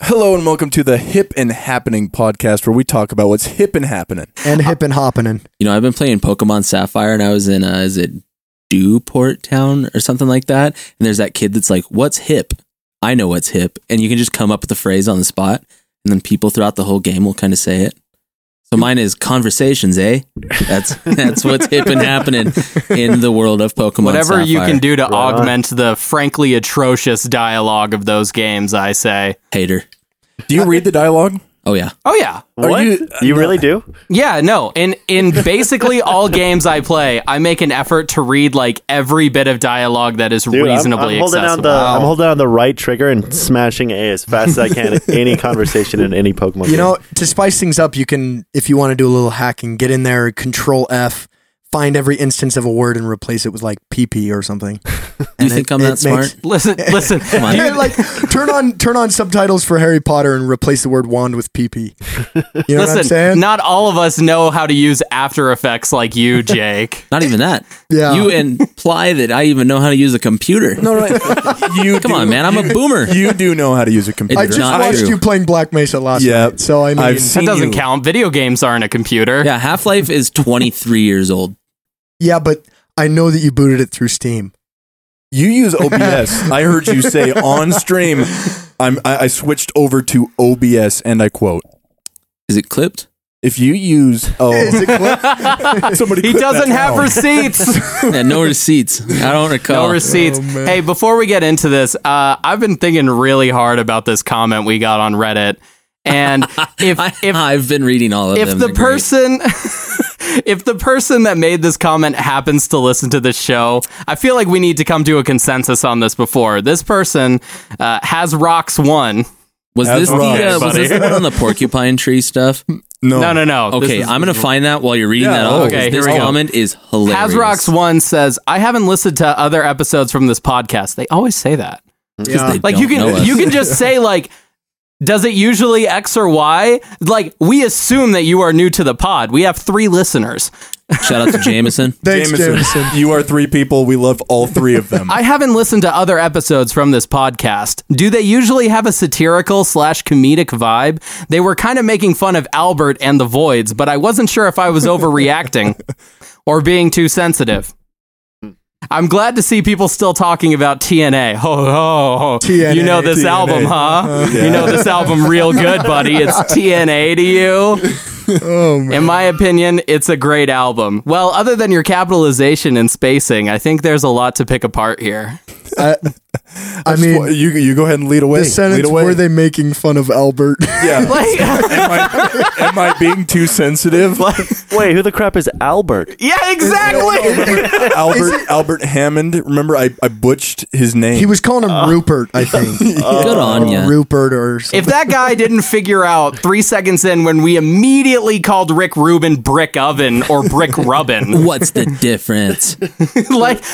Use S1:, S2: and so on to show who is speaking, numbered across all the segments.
S1: Hello and welcome to the Hip and Happening podcast, where we talk about what's hip and happening.
S2: and hip and hopping. and-
S3: You know, I've been playing Pokemon Sapphire and I was in, uh, is it Dewport Town or something like that? And there's that kid that's like, what's hip? I know what's hip. And you can just come up with a phrase on the spot and then people throughout the whole game will kind of say it. So mine is conversations, eh? That's that's what's hip and happening in the world of Pokemon.
S4: Whatever you
S3: Sapphire.
S4: can do to
S5: Right on.
S4: augment the frankly atrocious dialogue of those games, I say.
S3: hater.
S1: Do you read the dialogue?
S3: Oh yeah,
S4: Oh yeah.
S1: Are
S5: What?
S1: you-
S5: You, really do?
S4: Yeah, no. In in basically all games I play, I make an effort to read like every bit of dialogue that is
S5: Dude, I'm- I'm,
S4: reasonably
S5: holding down
S4: accessible.
S5: the I'm holding down the right trigger and smashing A as fast as I can in any conversation in any Pokemon.
S2: You know, to spice things up, you can, if you want to do a little hacking, get in there, control F, find every instance of a word and replace it with like PP or something.
S3: you think I'm that smart?
S4: listen, listen.
S3: on.
S4: do you-
S2: Yeah, like turn on turn on subtitles for Harry Potter and replace the word wand with PP. You know what I'm
S4: listen,
S2: saying?
S4: not all of us know how to use After Effects like you, Jake.
S3: Not even that.
S2: Yeah.
S3: You imply that I even know how to use a computer.
S1: No, no. You
S3: Come
S1: do-
S3: on, man. I'm a boomer.
S1: You do know how to use a computer.
S2: I just
S3: not
S2: watched
S3: true.
S2: you playing Black Mesa last
S1: Yeah.
S2: night, so I mean,
S1: I've seen-
S4: That doesn't
S1: You-
S4: count. Video games aren't a computer.
S3: Yeah, Half Life is 23 years old.
S2: yeah, but I know that you booted it through Steam.
S1: You use OBS. I heard you say on stream. I'm, I, I switched over to OBS, and I quote:
S3: Is it clipped?
S1: "If you use
S2: Is
S1: oh,
S2: it clip?
S1: somebody
S4: He
S1: clip that
S4: doesn't have
S1: down.
S4: receipts.
S3: Yeah, no receipts. I don't recall.
S4: No
S3: Oh,
S4: receipts. hey, before we get into this, uh, I've been thinking really hard about this comment we got on Reddit, and if
S3: I,
S4: if
S3: I've been reading all of
S4: if
S3: them.
S4: the
S3: They're great.
S4: person if the person that made this comment happens to listen to the show, I feel like we need to come to a consensus on this before this person uh, has rocks one.
S3: was this, the,
S1: Okay,
S3: uh, was this the one on the porcupine tree stuff?
S1: No,
S4: No, no, no. This
S3: Okay,
S4: is- oh,
S3: I'm gonna find that while you're reading
S1: Yeah,
S3: that off.
S4: okay,
S3: 'cause
S4: here
S3: this
S4: we go.
S3: comment is hilarious.
S4: Hazrocks one says, "I haven't listened to other episodes from this podcast. They always say that.
S2: Yeah.
S3: They
S4: like
S3: don't
S4: you
S3: know
S4: can
S3: us.
S4: you can just say like does it usually x or y like we assume that you are new to the pod we have three listeners
S3: shout out to Jameson.
S2: Thanks,
S1: Jameson,
S2: Jameson.
S1: you are three people. We love all three of them.
S4: i haven't listened to other episodes from this podcast do they usually have a satirical slash comedic vibe they were kind of making fun of albert and the voids but i wasn't sure if i was overreacting or being too sensitive
S3: Hmm.
S4: I'm glad to see people still talking about TNA. Oh, oh, oh.
S2: TNA,
S4: you know this
S2: TNA.
S4: album, huh? You know this album real good, buddy. It's TNA to you.
S2: Oh man,
S4: In my opinion, it's a great album. Well, other than your capitalization and spacing, I think there's a lot to pick apart here.
S2: I, I
S1: Just wa-
S2: mean,
S1: you you go ahead and lead away.
S2: the
S1: lead
S2: sentence
S1: away.
S2: were they making fun of Albert?
S1: Yeah.
S4: Like,
S1: am, I, am I being too sensitive?
S5: Wait, who the crap is Albert?
S4: yeah, exactly.
S1: Albert Albert Hammond. Remember, I, I butched his name.
S2: He was calling him Rupert, I think.
S3: Good on
S2: Or
S3: ya.
S2: Rupert or something.
S4: If that guy didn't figure out three seconds in when we immediately called Rick Rubin Brick Oven or Brick Rubbin,
S3: What's the difference?
S4: like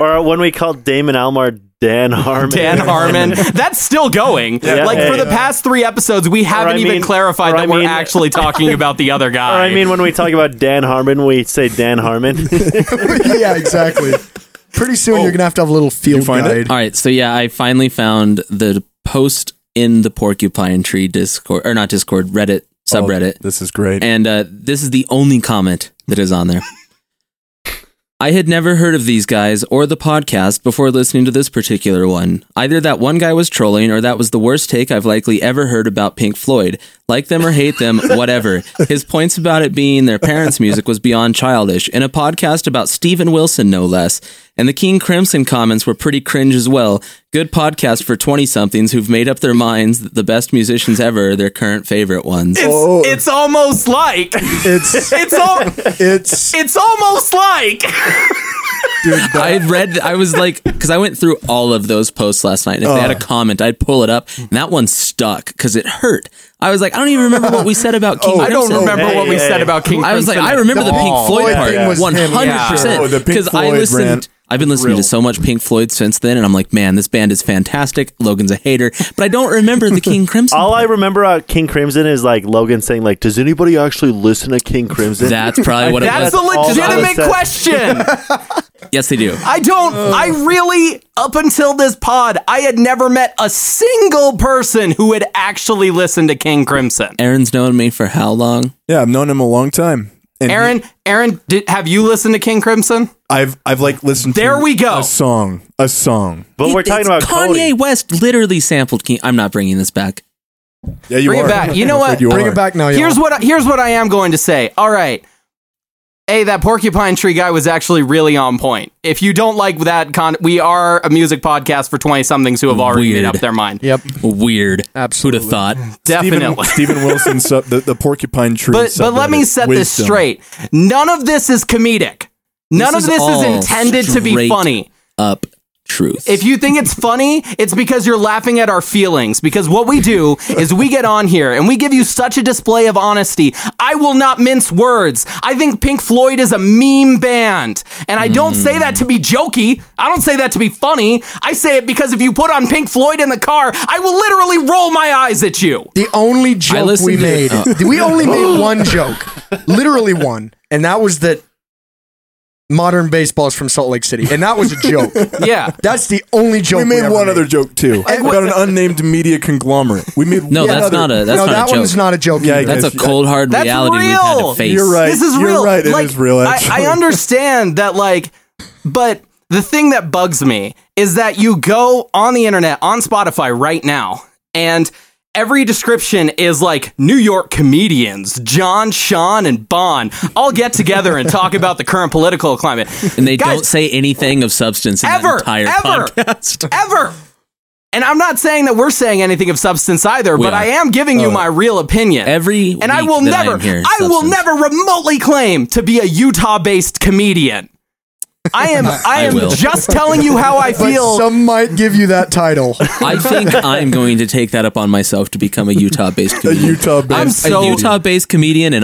S5: Or when we called Damon Almar Dan Harmon.
S4: Dan Harmon. That's still going.
S5: Yeah.
S4: like for the past three episodes, we haven't
S5: I
S4: even
S5: mean-
S4: clarified
S5: or
S4: that
S5: I
S4: we're
S5: mean-
S4: actually talking about the other
S5: Or
S4: guy.
S5: I mean, when we talk about Dan Harmon, we say Dan Harmon.
S2: yeah, exactly. Pretty soon you're gonna have to have a little field
S1: Oh. find it?
S2: guide.
S3: all right, so yeah, I finally found the post in the porcupine tree Discord or not Discord Reddit
S1: Oh,
S3: subreddit.
S1: This is great.
S3: And uh, this is the only comment that is on there. I had never heard of these guys or the podcast before listening to this particular one. Either that one guy was trolling or that was the worst take I've likely ever heard about Pink Floyd. Like them or hate them, whatever. His points about it being their parents' music was beyond childish, in a podcast about Steven Wilson, no less. And the King Crimson comments were pretty cringe as well. Good podcast for 20 somethings who've made up their minds that the best musicians ever are their current favorite ones.
S4: it's, it's almost like
S2: It's
S4: it's all
S2: it's
S4: it's almost like
S3: I read. I was like, because I went through all of those posts last night, and if they had a comment, I'd pull it up, and that one stuck because it hurt. I was like, I don't even remember what we said about King.
S4: I don't
S3: Crimson.
S4: remember
S5: Hey,
S4: what we
S5: hey.
S4: said about King.
S3: Oh, I was like,
S4: Crimson
S3: I
S4: at
S3: remember the Pink
S4: all.
S3: Floyd
S2: Floyd thing
S3: part,
S2: was
S3: one
S2: him,
S3: hundred
S4: yeah.
S1: Oh, the
S3: percent.
S1: Pink
S3: Because I
S1: Floyd
S3: listened,
S1: rant.
S3: I've been listening to so much Pink Floyd since then, and I'm like, man, this band is fantastic. Logan's a hater, but I don't remember the King Crimson.
S5: All I remember about King Crimson is like Logan saying, like, does anybody actually listen to King Crimson?
S3: That's probably what it
S4: That's
S3: was.
S4: a
S5: all that was
S4: legitimate
S5: said.
S4: question.
S3: Yes, they do.
S4: I don't.
S3: Oh.
S4: I really, up until this pod, I had never met a single person who had actually listened to King Crimson.
S3: Aaron's known me for how long?
S1: Yeah, I've known him a long time. And he-
S4: Aaron, Aaron, did, have you listened to King Crimson?
S1: I've I've like listened.
S4: There
S1: to
S4: we go.
S1: A song, a song.
S5: But we're talking
S3: It's
S5: about
S3: Kanye
S5: Cody.
S3: West literally sampled King. I'm not bringing this back.
S1: Yeah, you
S4: Bring it
S1: are.
S4: back. You know
S1: I'm
S4: what?
S1: afraid you
S2: Bring
S1: are.
S2: it back now,
S4: Here's
S2: y'all.
S4: what. I, here's what I am going to say. All right. Hey, that porcupine tree guy was actually really on point. If you don't like that, con- we are a music podcast for twenty somethings who have already made
S3: Weird.
S4: up their mind.
S2: Yep.
S3: Weird.
S2: Absolutely.
S3: Who'd have thought?
S1: Stephen,
S4: Definitely.
S1: Stephen Wilson, sub, the, the porcupine tree.
S4: But but let me
S1: subreddit,
S4: set this
S1: wisdom.
S4: straight. None of this is comedic.
S3: This
S4: None of
S3: is
S4: this is
S3: all
S4: intended to be
S3: straight
S4: funny.
S3: Up truth.
S4: If you think it's funny, it's because you're laughing at our feelings. Because what we do is we get on here and we give you such a display of honesty. I will not mince words. I think Pink Floyd is a meme band. And I don't say that to be jokey. I don't say that to be funny. I say it because if you put on Pink Floyd in the car, I will literally roll my eyes at you.
S2: The only joke
S3: listened
S2: we
S3: to-
S2: made,
S3: Oh.
S2: we only made one joke, literally one, and that was that modern baseball is from Salt Lake City, and that was a joke.
S4: Yeah.
S2: That's the only joke
S1: We made
S2: ever
S1: one other joke too about an unnamed media conglomerate. We made
S3: no,
S1: one
S3: that's
S1: other-
S3: not a that's
S2: no,
S3: not
S2: that
S3: a joke.
S2: one's not a joke.
S1: Yeah,
S2: Yeah,
S1: I guess.
S3: that's a
S1: If-
S3: cold hard
S4: That's
S3: reality we've had
S4: real.
S3: to face.
S1: You're right.
S4: This is
S1: You're
S4: real.
S1: right, it
S4: Like,
S1: is real,
S4: I-
S1: actually.
S4: I, understand that, like, but the thing that bugs me is that you go on the internet on Spotify right now, and every description is like New York comedians, John, Sean, and Bon all get together and talk about the current political climate.
S3: And they
S4: Guys-
S3: don't say anything of substance in that
S4: Ever,
S3: entire
S4: ever.
S3: podcast.
S4: Ever. And I'm not saying that we're saying anything of substance either,
S3: are.
S4: but
S3: Oh.
S4: I am giving you my real opinion.
S3: Every
S4: and I
S3: week
S4: will
S3: that
S4: never,
S3: I'm here,
S4: I will
S3: substance.
S4: never remotely claim to be a Utah-based comedian. I am, I am
S3: will.
S4: just telling you how I feel.
S2: Some might give you that title.
S3: I think I'm going to take that up on myself to become a Utah based
S1: a
S3: comedian.
S1: Utah.
S4: I'm
S1: based-
S4: so-
S3: a Utah based comedian and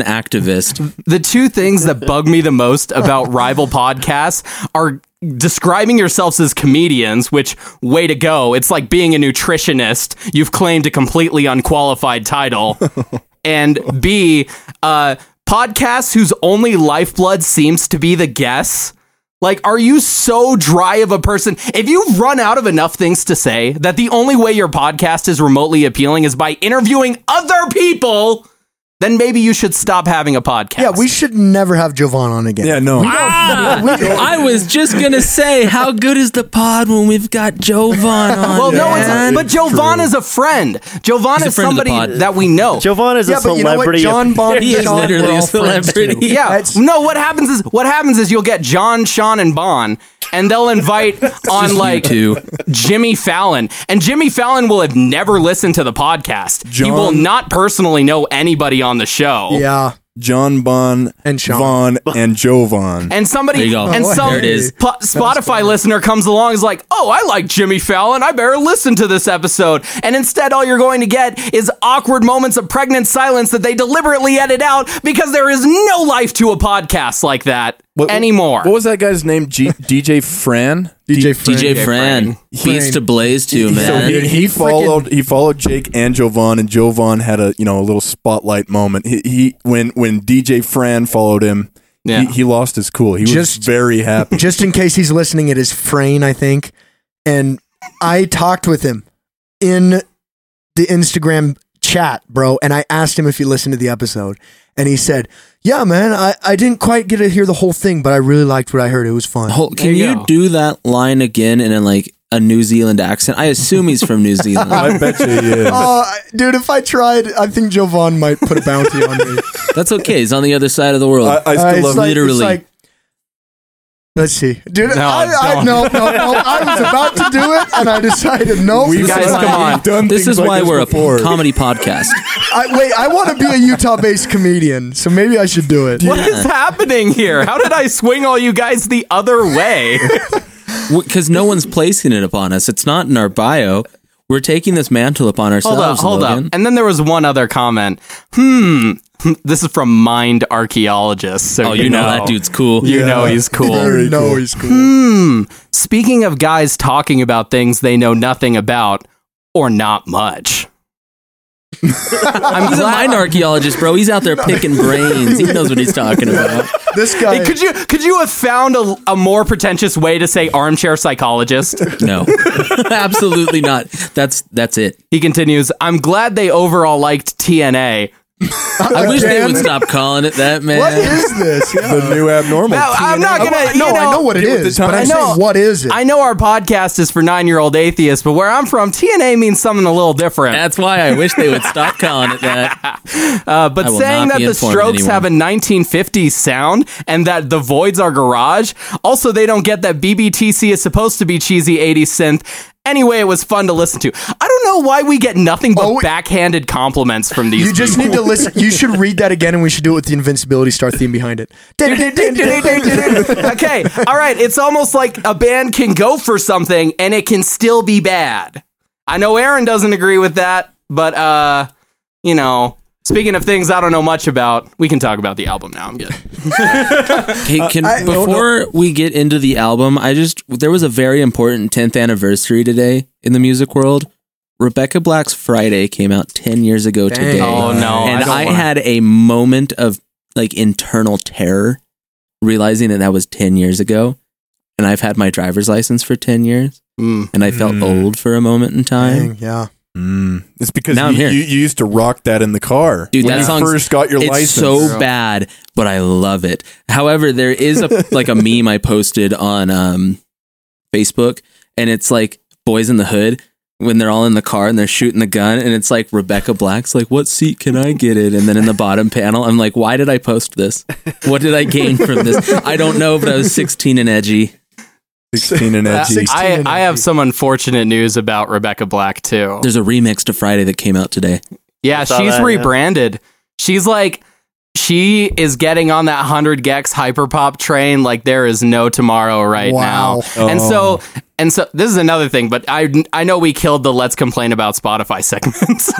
S3: activist.
S4: the two things that bug me the most about rival podcasts are describing yourselves as comedians, which way to go. It's like being a nutritionist. You've claimed a completely unqualified title. and B, uh, podcasts whose only lifeblood seems to be the guess. Like, are you so dry of a person? If you've run out of enough things to say that the only way your podcast is remotely appealing is by interviewing other people, then maybe you should stop having a podcast.
S2: yeah, we should never have Jovan on again.
S1: yeah, Oh, no.
S3: I was just gonna say, how good is the pod when we've got Jovan on?
S4: Well, no,
S3: man?
S4: it's, but
S1: It's
S4: Jovan
S1: true.
S4: is a friend. Jovan
S3: He's a
S4: is
S3: friend of the
S4: somebody
S3: pod.
S4: that we know.
S5: Jovan is
S2: Yeah,
S5: a
S2: but you know what?
S5: celebrity.
S2: John Bon.
S3: he is
S2: John, we're
S3: literally a
S2: all friends too.
S3: celebrity.
S4: Yeah.
S2: That's-
S4: no, what happens is what happens is you'll get John, Sean, and Bon, and they'll invite on like
S3: two.
S4: Jimmy Fallon, and Jimmy Fallon will have never listened to the podcast. He
S1: John-
S4: will not personally know anybody on the show.
S2: Yeah.
S1: John Bon
S2: And Sean.
S1: Vaughn and Jovan.
S4: And somebody,
S3: There you go.
S4: and
S2: Oh,
S4: some
S2: there it
S3: is.
S4: po- Spotify listener comes along is like, "Oh, I like Jimmy Fallon. I better listen to this episode." And instead, all you're going to get is awkward moments of pregnant silence that they deliberately edit out because there is no life to a podcast like that
S1: What-
S4: anymore.
S1: What was that guy's name? G- DJ Fran.
S2: DJ Fran.
S3: DJ Fran beats
S2: Fran.
S3: to blaze too,
S1: So
S3: man.
S1: he, he followed he followed Jake and Jovan, and Jovan had a you know a little spotlight moment. He, he when when DJ Fran followed him,
S4: Yeah.
S1: he, he lost his cool. He was
S2: Just-
S1: very happy.
S2: Just in case he's listening, it is Frayne, I think. And I talked with him in the Instagram chat, bro. And I asked him if he listened to the episode. And he said, Yeah, man, I, I didn't quite get to hear the whole thing, but I really liked what I heard. It was fun.
S3: Hol-
S4: There
S3: can
S4: you
S3: you
S4: go.
S3: do that line again in a, like a New Zealand accent? I assume he's from New Zealand.
S1: I bet you he is.
S2: Oh, I- dude, if I tried, I think Jovan might put a bounty on me.
S3: That's okay. He's on the other side of the
S1: I,
S3: world.
S1: I still
S2: Uh, it's
S1: love
S2: like-
S1: it.
S2: it's
S3: literally.
S2: like- let's see, dude.
S4: No,
S2: I, I,
S4: don't.
S2: no, no, no. I was about to do it, and I decided no.
S1: We've
S2: this
S4: guys,
S2: is
S1: done-
S4: come
S2: not-
S4: on.
S1: we've done
S3: this
S1: things
S3: is
S1: like
S3: why
S1: this
S3: we're
S1: before.
S3: a comedy podcast.
S2: I, wait, I want to be a Utah-based comedian, so maybe I should do it.
S4: What is happening here? How did I swing all you guys the other way?
S3: because no one's placing it upon us. It's not in our bio. We're taking this mantle upon ourselves.
S4: hold up, hold
S3: Logan.
S4: up. And then there was one other comment. Hmm. This is from Mind Archaeologist. So
S3: Oh, you know that dude's cool.
S4: You know he's cool. Hmm.
S2: You know he's cool.
S4: Speaking of guys talking about things they know nothing about or not much.
S3: I'm he's a mind archaeologist, bro. He's out there picking brains. He knows what he's talking about.
S2: This
S4: Hey,
S2: guy.
S4: could you could you have found a, a more pretentious way to say armchair psychologist?
S3: No, absolutely not. That's that's it.
S4: He continues, I'm glad they overall liked TNA.
S3: I wish they would stop calling it that, man.
S2: what is this?
S1: the new abnormal.
S4: Now, I'm not gonna.
S2: I
S4: you
S2: know, I know what it
S1: get with the
S2: is, but
S1: time.
S2: I'm
S1: I
S2: saying, what is it?
S4: I know our podcast is for nine year old atheists, but where I'm from, TNA means something a little different.
S3: That's why I wish they would stop calling it that.
S4: Uh, but
S3: I will
S4: saying
S3: not
S4: that
S3: be
S4: the
S3: informed
S4: Strokes
S3: anymore.
S4: have a 1950s sound and that the Voids are garage, also they don't get that BBTC is supposed to be cheesy 80s synth. Anyway, it was fun to listen to. I don't know why we get nothing but
S2: Oh, it-
S4: backhanded compliments from these.
S2: You just need to listen. You should read that again, and we should do it with the Invincibility Star theme behind it.
S4: okay, all right. It's almost like a band can go for something and it can still be bad. I know Aaron doesn't agree with that, but uh, you know, speaking of things I don't know much about, we can talk about the album now. I'm good.
S3: Hey, can, before we get into the album, I just there was a very important 10th anniversary today in the music world. Rebecca Black's Friday came out 10 years ago
S2: Dang.
S3: today.
S4: Oh no!
S3: and
S4: don't
S3: I,
S4: wanna-
S3: had a moment of like internal terror, realizing that that was ten years ago, and I've had my driver's license for ten years,
S4: Mm.
S3: and I felt
S1: Mm.
S3: old for a moment in time.
S2: Dang, yeah.
S1: Mm. It's because
S3: Now I'm
S1: you,
S3: here.
S1: you, you used to rock that in the car
S3: Dude,
S1: when
S3: that
S1: you
S3: song's-
S1: first got your
S3: It's
S1: license.
S3: so bad, but I love it. However, there is a like a meme I posted on um, Facebook, and it's like boys in the hood when they're all in the car and they're shooting the gun, and it's like Rebecca Black's like, "What seat can I get in?" And then in the bottom panel, I'm like, "Why did I post this? What did I gain from this? I don't know, but I was 16 and edgy."
S1: sixteen and edgy.
S2: six-
S4: I,
S2: 16
S4: I have some unfortunate news about Rebecca Black too.
S3: There's a remix to Friday that came out today.
S4: Yeah,
S5: I saw
S4: she's
S5: that, yeah.
S4: rebranded. She's like she is getting on that 100 gex hyperpop train like there is no tomorrow right
S2: Wow.
S4: now. And
S5: Oh.
S4: so and so this is another thing, but I I know we killed the let's complain about Spotify segments.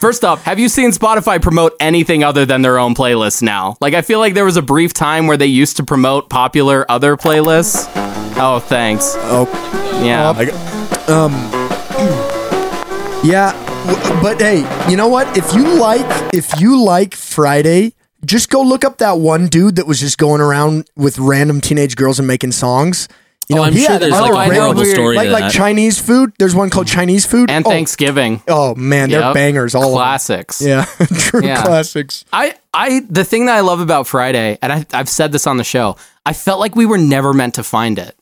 S4: First off, have you seen Spotify promote anything other than their own playlists now? Like I feel like there was a brief time where they used to promote popular other playlists. Oh, thanks.
S1: oh,
S4: Yeah.
S1: I,
S2: Yeah, w- but hey, you know what? If you like, if you like Friday, just go look up that one dude that was just going around with random teenage girls and making songs. You
S3: Oh, I'm
S2: he
S3: sure
S2: had
S3: there's,
S2: all
S4: like, a
S2: random-
S4: horrible story
S2: like
S3: to
S2: like
S3: that.
S2: Chinese food. There's one called Chinese food.
S4: and
S2: oh,
S4: Thanksgiving.
S2: Oh man, they're
S4: Yep.
S2: bangers. All
S4: classics.
S2: of them. Yeah, true
S4: Yeah.
S2: classics.
S4: I, I, the thing that I love about Friday, and I, I've said this on the show, I felt like we were never meant to find it.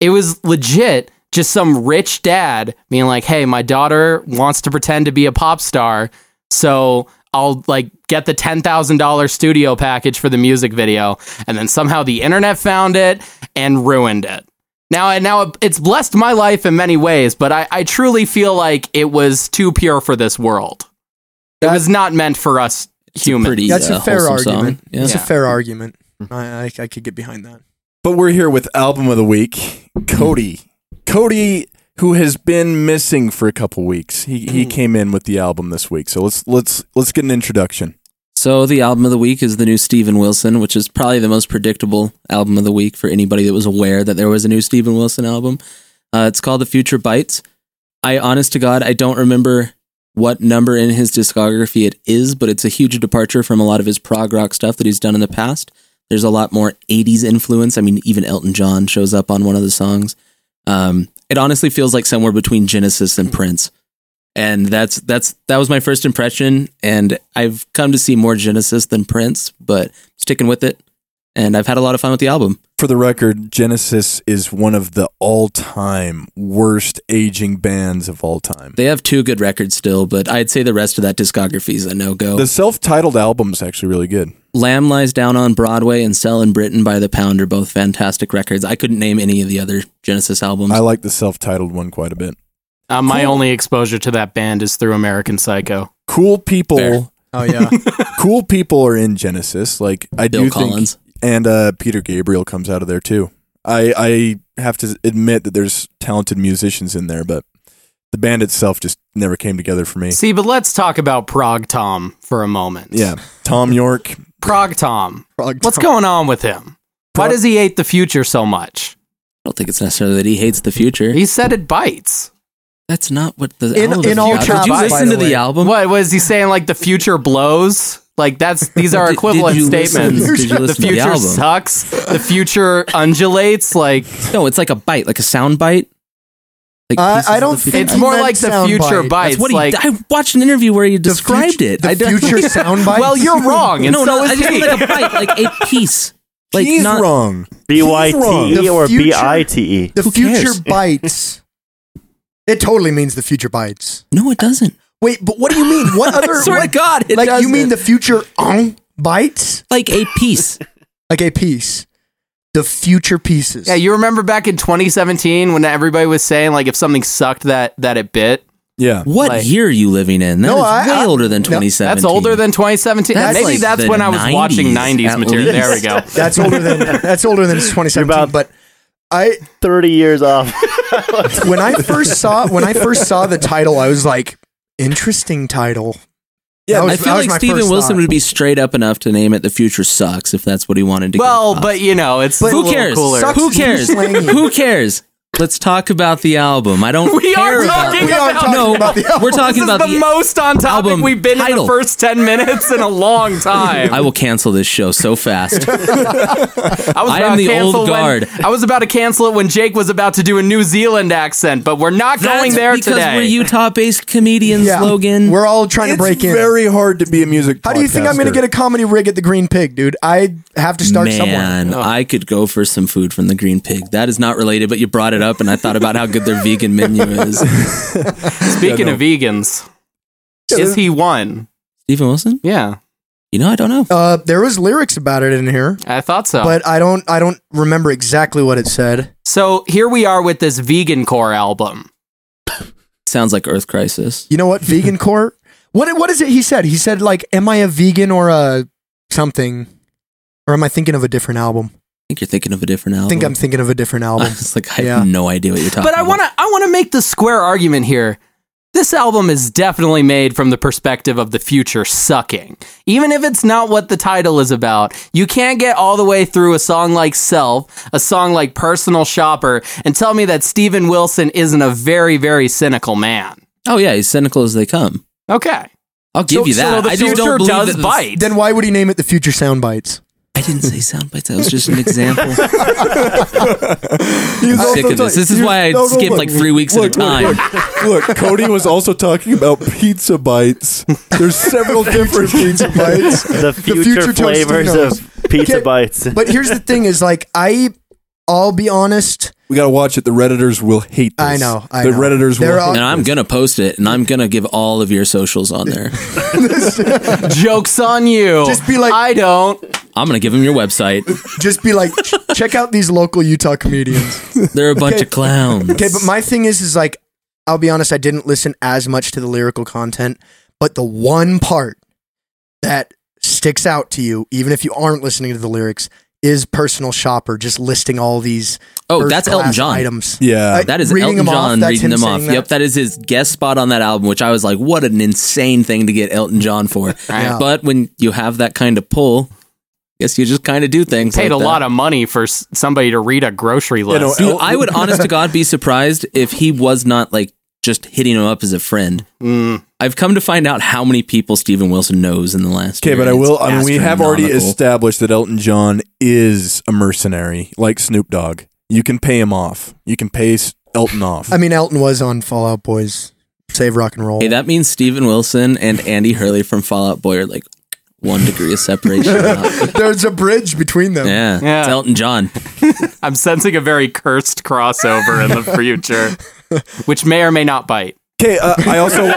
S4: It was legit just some rich dad being like, hey, my daughter wants to pretend to be a pop star, so I'll like get the $10,000 studio package for the music video. And then somehow the internet found it and ruined it. Now, and now it's blessed my life in many ways, but I, I truly feel like it was too pure for this world. It was not meant for us humans.
S3: Pretty,
S2: That's
S3: uh,
S2: a fair
S3: wholesome song.
S2: argument.
S3: Yeah.
S2: That's
S4: Yeah.
S2: a fair argument. I, I I could get behind that.
S1: But we're here with album of the week, Cody. Cody, who has been missing for a couple weeks, he he came in with the album this week. So let's let's let's get an introduction.
S3: So the album of the week is the new Steven Wilson, which is probably the most predictable album of the week for anybody that was aware that there was a new Steven Wilson album. Uh, it's called The Future Bites. I honest to God, I don't remember what number in his discography it is, but it's a huge departure from a lot of his prog rock stuff that he's done in the past. There's a lot more 80s influence. I mean, even Elton John shows up on one of the songs. Um, it honestly feels like somewhere between Genesis and Prince and that's that's that was my first impression and i've come to see more genesis than prince but sticking with it and i've had a lot of fun with the album
S1: For the record, Genesis is one of the all-time worst aging bands of all time.
S3: they have two good records still but i'd say the rest of that discography is a no-go
S1: The self-titled album's actually really good.
S3: lamb lies down on broadway and sell in britain by the pound are both fantastic records i couldn't name any of the other genesis albums
S1: I like the self-titled one quite a bit.
S4: Uh, my only exposure to that band is through American Psycho.
S1: Cool people,
S3: Fair.
S2: Oh yeah,
S1: cool people are in Genesis. Like I
S3: bill
S1: do think
S3: collins
S1: and uh, Peter Gabriel comes out of there too. I I have to admit that there's talented musicians in there, but the band itself just never came together for me.
S4: See, but let's talk about Prog Tom for a moment.
S1: Yeah, Tom York.
S4: Prog Tom.
S2: Prog
S4: What's
S2: Tom.
S4: going on with him? Why does he hate the future so much?
S3: i don't think it's necessarily that he hates the future
S4: He said it bites.
S3: That's not what the
S2: In-
S3: album
S2: in all
S3: about. Did
S2: chop,
S3: you
S2: by
S3: listen
S2: the
S3: to the
S2: way.
S3: album?
S4: What was he saying? Like the future blows. Like that's these are
S3: Did- did
S4: equivalent
S3: you listen-
S4: statements.
S3: did you
S4: the
S3: listen to the
S4: future
S3: album?
S4: sucks. The future undulates. Like
S3: No, it's like a bite, like a sound bite. Like
S2: I-
S3: pieces
S2: I
S3: of
S2: don't
S3: the
S2: think
S3: future.
S4: it's more
S2: meant
S4: like the
S2: soundbite.
S4: future
S2: That's
S4: bites.
S3: That's what he.
S4: like
S3: I watched an interview where he described
S2: fu-
S3: it.
S2: The
S3: I don't-
S2: future soundbite.
S4: well, you're wrong. And
S3: No,
S4: so
S3: no,
S4: is
S3: I just
S4: he.
S3: mean like a bite, like a piece. Like
S1: He's
S3: not
S1: wrong.
S5: B Y
S1: wrong.
S5: T E
S2: The
S5: or
S2: future-
S5: B I T E.
S2: The
S1: Who
S2: future
S1: cares?
S2: bites. It totally means the future bites.
S3: No, it doesn't.
S2: Wait, but what do you mean? What other?
S3: I swear
S2: what-
S3: to God, it
S2: like
S3: doesn't.
S2: you mean the future on bites?
S3: like a piece?
S2: Like a piece. The future pieces.
S4: Yeah, you remember back in 2017 when everybody was saying like if something sucked that that it bit.
S1: Yeah.
S3: What
S4: Like-
S3: year are you living in? That
S2: No,
S3: is
S2: I-
S3: way
S2: I-
S3: older than
S2: no, that's
S3: 2017.
S4: That's older than 2017.
S3: That's
S4: Maybe
S3: like
S4: that's
S3: the
S4: when I was watching
S3: 90s
S4: 90s
S3: at
S4: material.
S3: least.
S4: There we go.
S2: That's older than that's older than 2017.
S5: You're about-
S2: but I
S5: Thirty years off.
S2: when I first saw when I first saw the title, I was like, interesting title.
S1: Yeah,
S2: That was-
S3: I
S2: that
S3: feel
S2: was
S3: like
S2: my
S3: Steven
S2: first
S3: Wilson
S2: thought.
S3: would be straight up enough to name it "The Future Sucks" if that's what he wanted to. get
S4: Well,
S3: across.
S4: but you know, it's
S2: But
S4: a
S3: who
S4: little
S3: cares?
S4: cooler.
S2: Sucks
S3: Who
S2: is too
S3: cares?
S2: slangy.
S3: who cares? Let's talk about the album. I don't
S4: We
S3: care
S4: are
S3: about.
S4: talking
S2: We are
S4: about
S2: talking
S3: no,
S2: about the album.
S3: we're
S4: This
S3: talking
S4: is
S3: about
S4: the most on topic
S3: album
S4: we've been in the
S3: title.
S4: first 10 minutes in a long time.
S3: I will cancel this show so fast.
S4: I was
S3: I
S4: about
S3: am
S4: to
S3: the
S4: cancel
S3: old
S4: when-
S3: guard.
S4: I was about to cancel it when Jake was about to do a New Zealand accent, but we're not going
S3: That's
S4: there
S3: because
S4: today.
S3: we're Utah-based comedians.
S2: Yeah.
S3: Logan,
S2: We're all trying
S1: It's
S2: to break in.
S1: very hard to be a music.
S2: How do you think I'm going to get a comedy rig at the Green Pig, dude? I have to start somewhere.
S3: Man, I could go for some food from the Green Pig. That is not related, but you brought it up, and I thought about how good their vegan menu is.
S4: Speaking of vegans, is he one?
S3: Stephen Wilson?
S4: Yeah,
S3: You know, I don't know.
S2: Uh, there was lyrics about it in here,
S4: I thought
S3: Oh.
S4: so.
S2: but I don't I don't remember exactly what it said.
S4: so here we are with this vegan core album.
S3: Sounds like Earth Crisis.
S2: You know what? Vegan court. What what is it? He said he said like, "Am I a vegan or a something?" Or am I thinking of a different album?
S3: I think you're thinking of a different album.
S2: I think I'm thinking of a different
S3: I
S2: album.
S3: was like, I
S2: Oh, Yeah.
S3: have no idea what you're talking.
S4: But I want
S3: to.
S4: to I want to make the square argument here. This album is definitely made from the perspective of the future sucking. Even if it's not what the title is about, you can't get all the way through a song like Self, a song like Personal Shopper, and tell me that Steven Wilson isn't a very, very cynical man.
S3: Oh yeah, he's cynical as they come.
S4: Okay.
S3: I'll give
S4: So-
S3: you
S4: so
S3: that.
S4: the
S3: I just
S4: future
S3: don't believe
S4: does
S3: that this-
S4: bite.
S2: Then why would he name it the Future Sound Bites?
S3: I didn't say sound bites. That was just an example.
S1: I'm
S3: sick of this. This is why I skipped like three weeks at a time.
S1: Look, look, Cody was also talking about pizza bites. There's several different pizza bites.
S5: The future,
S2: future
S5: flavors
S2: Tostinos.
S5: of pizza
S2: Okay,
S5: bites.
S2: But here's the thing: is like I, I'll be honest.
S1: We gotta watch it. The redditors will hate. This.
S2: I know, I
S1: the
S2: know.
S1: redditors
S2: They're
S1: will.
S2: all-
S1: hate
S3: And I'm gonna post it, and I'm gonna give all of your socials on there.
S4: Joke's on you.
S2: Just be like-
S4: I don't.
S3: I'm gonna give them your website.
S2: Just be like, "Ch- check out these local Utah comedians.
S3: They're a bunch
S2: Okay.
S3: of clowns.
S2: Okay, but my thing is, is like, I'll be honest. I didn't listen as much to the lyrical content, but the one part that sticks out to you, even if you aren't listening to the lyrics, is personal shopper. Just listing all these.
S3: oh, that's Elton
S2: first-class
S3: John.
S2: items.
S1: Yeah.
S2: Like,
S3: That is
S2: reading
S3: Elton
S2: them off,
S3: John
S2: that's
S3: reading
S2: him
S3: them off.
S2: saying
S3: Yep, that is his guest spot on that album, which I was like, what an insane thing to get Elton John for.
S2: Yeah.
S3: But when you have that kind of pull, I guess you just kind of do things.
S4: Paid
S3: like
S4: a
S3: that.
S4: lot of money for s- somebody to read a grocery list.
S1: no,
S3: Dude, I would honest to God be surprised if he was not like just hitting him up as a friend.
S4: Mm.
S3: I've come to find out how many people Steven Wilson knows in the last
S1: Okay,
S3: year,
S1: but I
S3: and it's
S1: will. I mean, we have already
S3: astronomical.
S1: established that Elton John is a mercenary, like Snoop Dogg. You can pay him off. You can pay S- Elton off.
S2: I mean, Elton was on Fallout Boys, Save Rock and Roll.
S3: Hey, that means Steven Wilson and Andy Hurley from Fallout Boy are like one degree of separation. out.
S2: There's a bridge between them.
S3: Yeah,
S4: Yeah.
S3: it's Elton John.
S4: I'm sensing a very cursed crossover in the future, which may or may not bite.
S1: Okay, uh, I also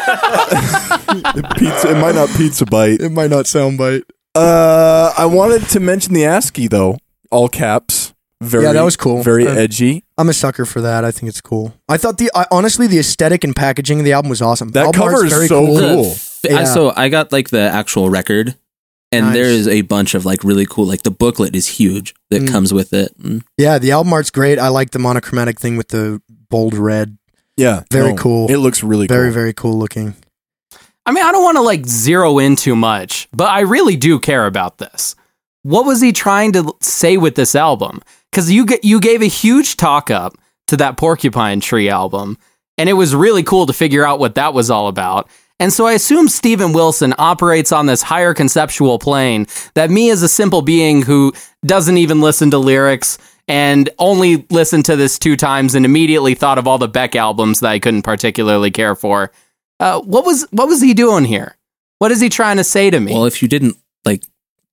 S1: pizza. It might not pizza bite.
S2: It might not sound bite.
S1: Uh, I wanted to mention the ASCII though, all caps. Very,
S2: Yeah, that was cool.
S1: Very
S2: Uh,
S1: edgy.
S2: I'm a sucker for that. I think it's cool. I thought the I, honestly the aesthetic and packaging of the album was awesome.
S1: That
S2: Album
S1: cover
S2: art's
S1: is so
S3: The
S1: cool.
S3: f-
S2: Yeah.
S3: I, so I got like the actual record, and
S2: Nice.
S3: there is a bunch of like really cool. Like the booklet is huge that
S2: Mm.
S3: comes with it. Mm.
S2: Yeah, the album art's great. I like the monochromatic thing with the bold red.
S1: Yeah,
S2: Very cool.
S1: It looks really
S2: Very
S1: cool.
S2: very cool looking.
S4: I mean, I don't want to like zero in too much, but I really do care about this. What was he trying to l- say with this album? Because you g- you gave a huge talk up to that Porcupine Tree album, And it was really cool to figure out what that was all about. And so I assume Steven Wilson operates on this higher conceptual plane that me as a simple being who doesn't even listen to lyrics and only listened to this two times and immediately thought of all the Beck albums that I couldn't particularly care for. Uh, what was what was he doing here? What is he trying to say to me?
S3: Well, if you didn't like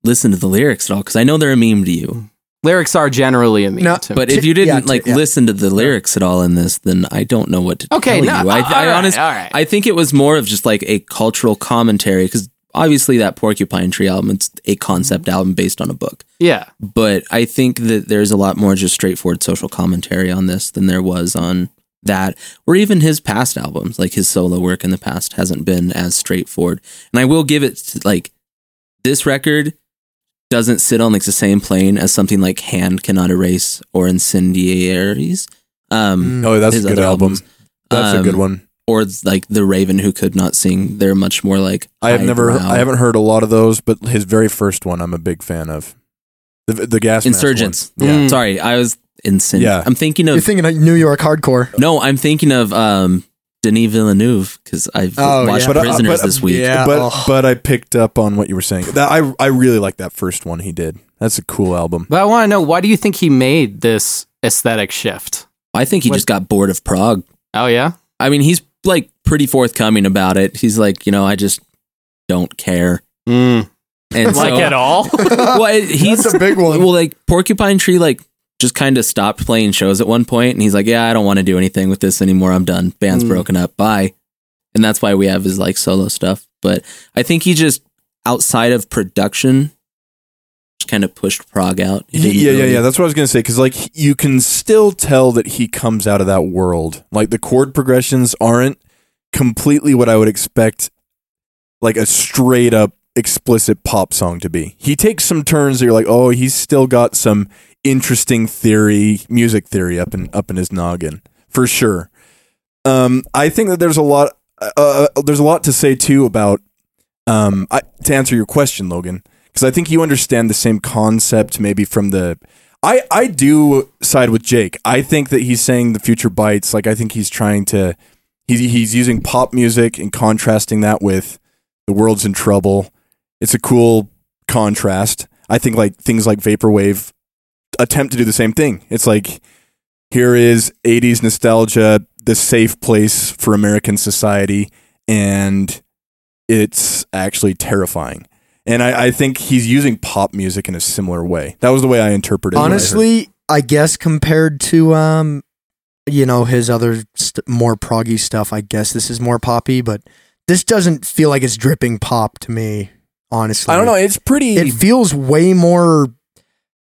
S3: listen to the lyrics at all, because I know they're a meme to you,
S4: lyrics are generally a meme
S2: No,
S4: to me.
S3: but if
S2: T-
S3: you didn't
S2: yeah, t-
S3: like
S2: yeah.
S3: listen to the lyrics at all in this, then I don't know what to
S4: Okay,
S3: tell
S4: no,
S3: you. I,
S4: all
S3: I
S4: right,
S3: honest-
S4: all right.
S3: I think it was more of just like a cultural commentary because obviously that Porcupine Tree album it's a concept album based on a book,
S4: yeah.
S3: but I think that there's a lot more just straightforward social commentary on this than there was on that or even his past albums like his solo work in the past hasn't been as straightforward and i will give it to, like this record doesn't sit on like the same plane as something like hand cannot erase or incendiaries um
S1: Oh, that's
S3: His
S1: a good
S3: other
S1: album.
S3: albums.
S1: That's a good
S3: Um,
S1: one.
S3: or like the raven who could not sing they're much more like
S1: I have never,
S3: highbrow.
S1: I haven't heard a lot of those, but his very first one, I'm a big fan of. The, the gas Mask one.
S3: insurgents
S1: Yeah.
S4: Mm.
S3: sorry i was incendiary
S1: Yeah.
S3: i'm thinking
S2: You're
S3: of
S2: thinking of New York hardcore.
S3: no i'm thinking of um denis villeneuve because i've
S2: Oh,
S3: watched
S1: yeah. But, uh,
S3: prisoners
S1: but, uh,
S3: this week
S2: yeah.
S1: but
S2: Ugh.
S1: but I picked up on what you were saying. That, I I really like that first one he did. That's a cool album.
S4: But I want to know why do you think he made this aesthetic shift?
S3: i think he
S4: What-
S3: just got bored of prague
S4: Oh yeah.
S3: I mean, he's like pretty forthcoming about it. He's like, you know, I just don't care.
S4: Mm.
S3: And
S4: Like
S3: so,
S4: at all?
S3: Well, it- he's
S2: That's a big one.
S3: well, like Porcupine Tree, like just kind of stopped playing shows at one point, and he's like, yeah, I don't want to do anything with this anymore. I'm done. Band's
S1: Hmm.
S4: Mm.
S3: broken up. Bye. And that's why we have his like solo stuff. But I think he just outside of production, just kind of pushed Prague out. He
S1: He-
S3: didn't
S1: yeah, yeah,
S3: really-
S1: yeah. That's what I was gonna say. Because like you can still tell that he comes out of that world. Like the chord progressions aren't completely what I would expect, like a straight up explicit pop song to be. He takes some turns that you're like, oh, he's still got some interesting theory, music theory up in up in his noggin for sure. Um, I think that there's a lot. Uh, uh, there's a lot to say too about. Um, I, to answer your question, Logan, because I think you understand the same concept, maybe from the. I I do side with Jake. I think that he's saying the future bites. Like I think he's trying to. He's he's using pop music and contrasting that with the world's in trouble. It's a cool contrast. I think like things like vaporwave attempt to do the same thing. It's like here is 80s nostalgia, the safe place for American society, and it's actually terrifying. And I, I think he's using pop music in a similar way. That was the way I interpreted it. when I heard it.
S2: Honestly, I guess compared to um, you know, his other st- more proggy stuff, I guess this is more poppy, but this doesn't feel like it's dripping pop to me. Honestly,
S1: I don't know. It's pretty.
S2: It feels way more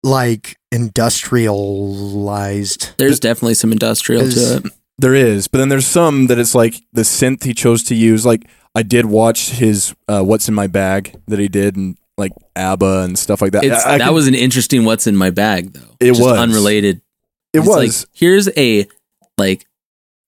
S2: like industrialized.
S3: There's definitely some industrial
S2: There's-
S3: to it.
S1: There is, but then there's some that it's like the synth he chose to use. Like I did watch his uh, "What's in My Bag" that he did, and like ABBA and stuff like that.
S3: It's,
S1: I- I
S3: that
S1: can-
S3: was an interesting what's in my bag though.
S1: It
S3: Just
S1: was.
S3: unrelated
S1: it
S3: It's
S1: was
S3: like, here's a like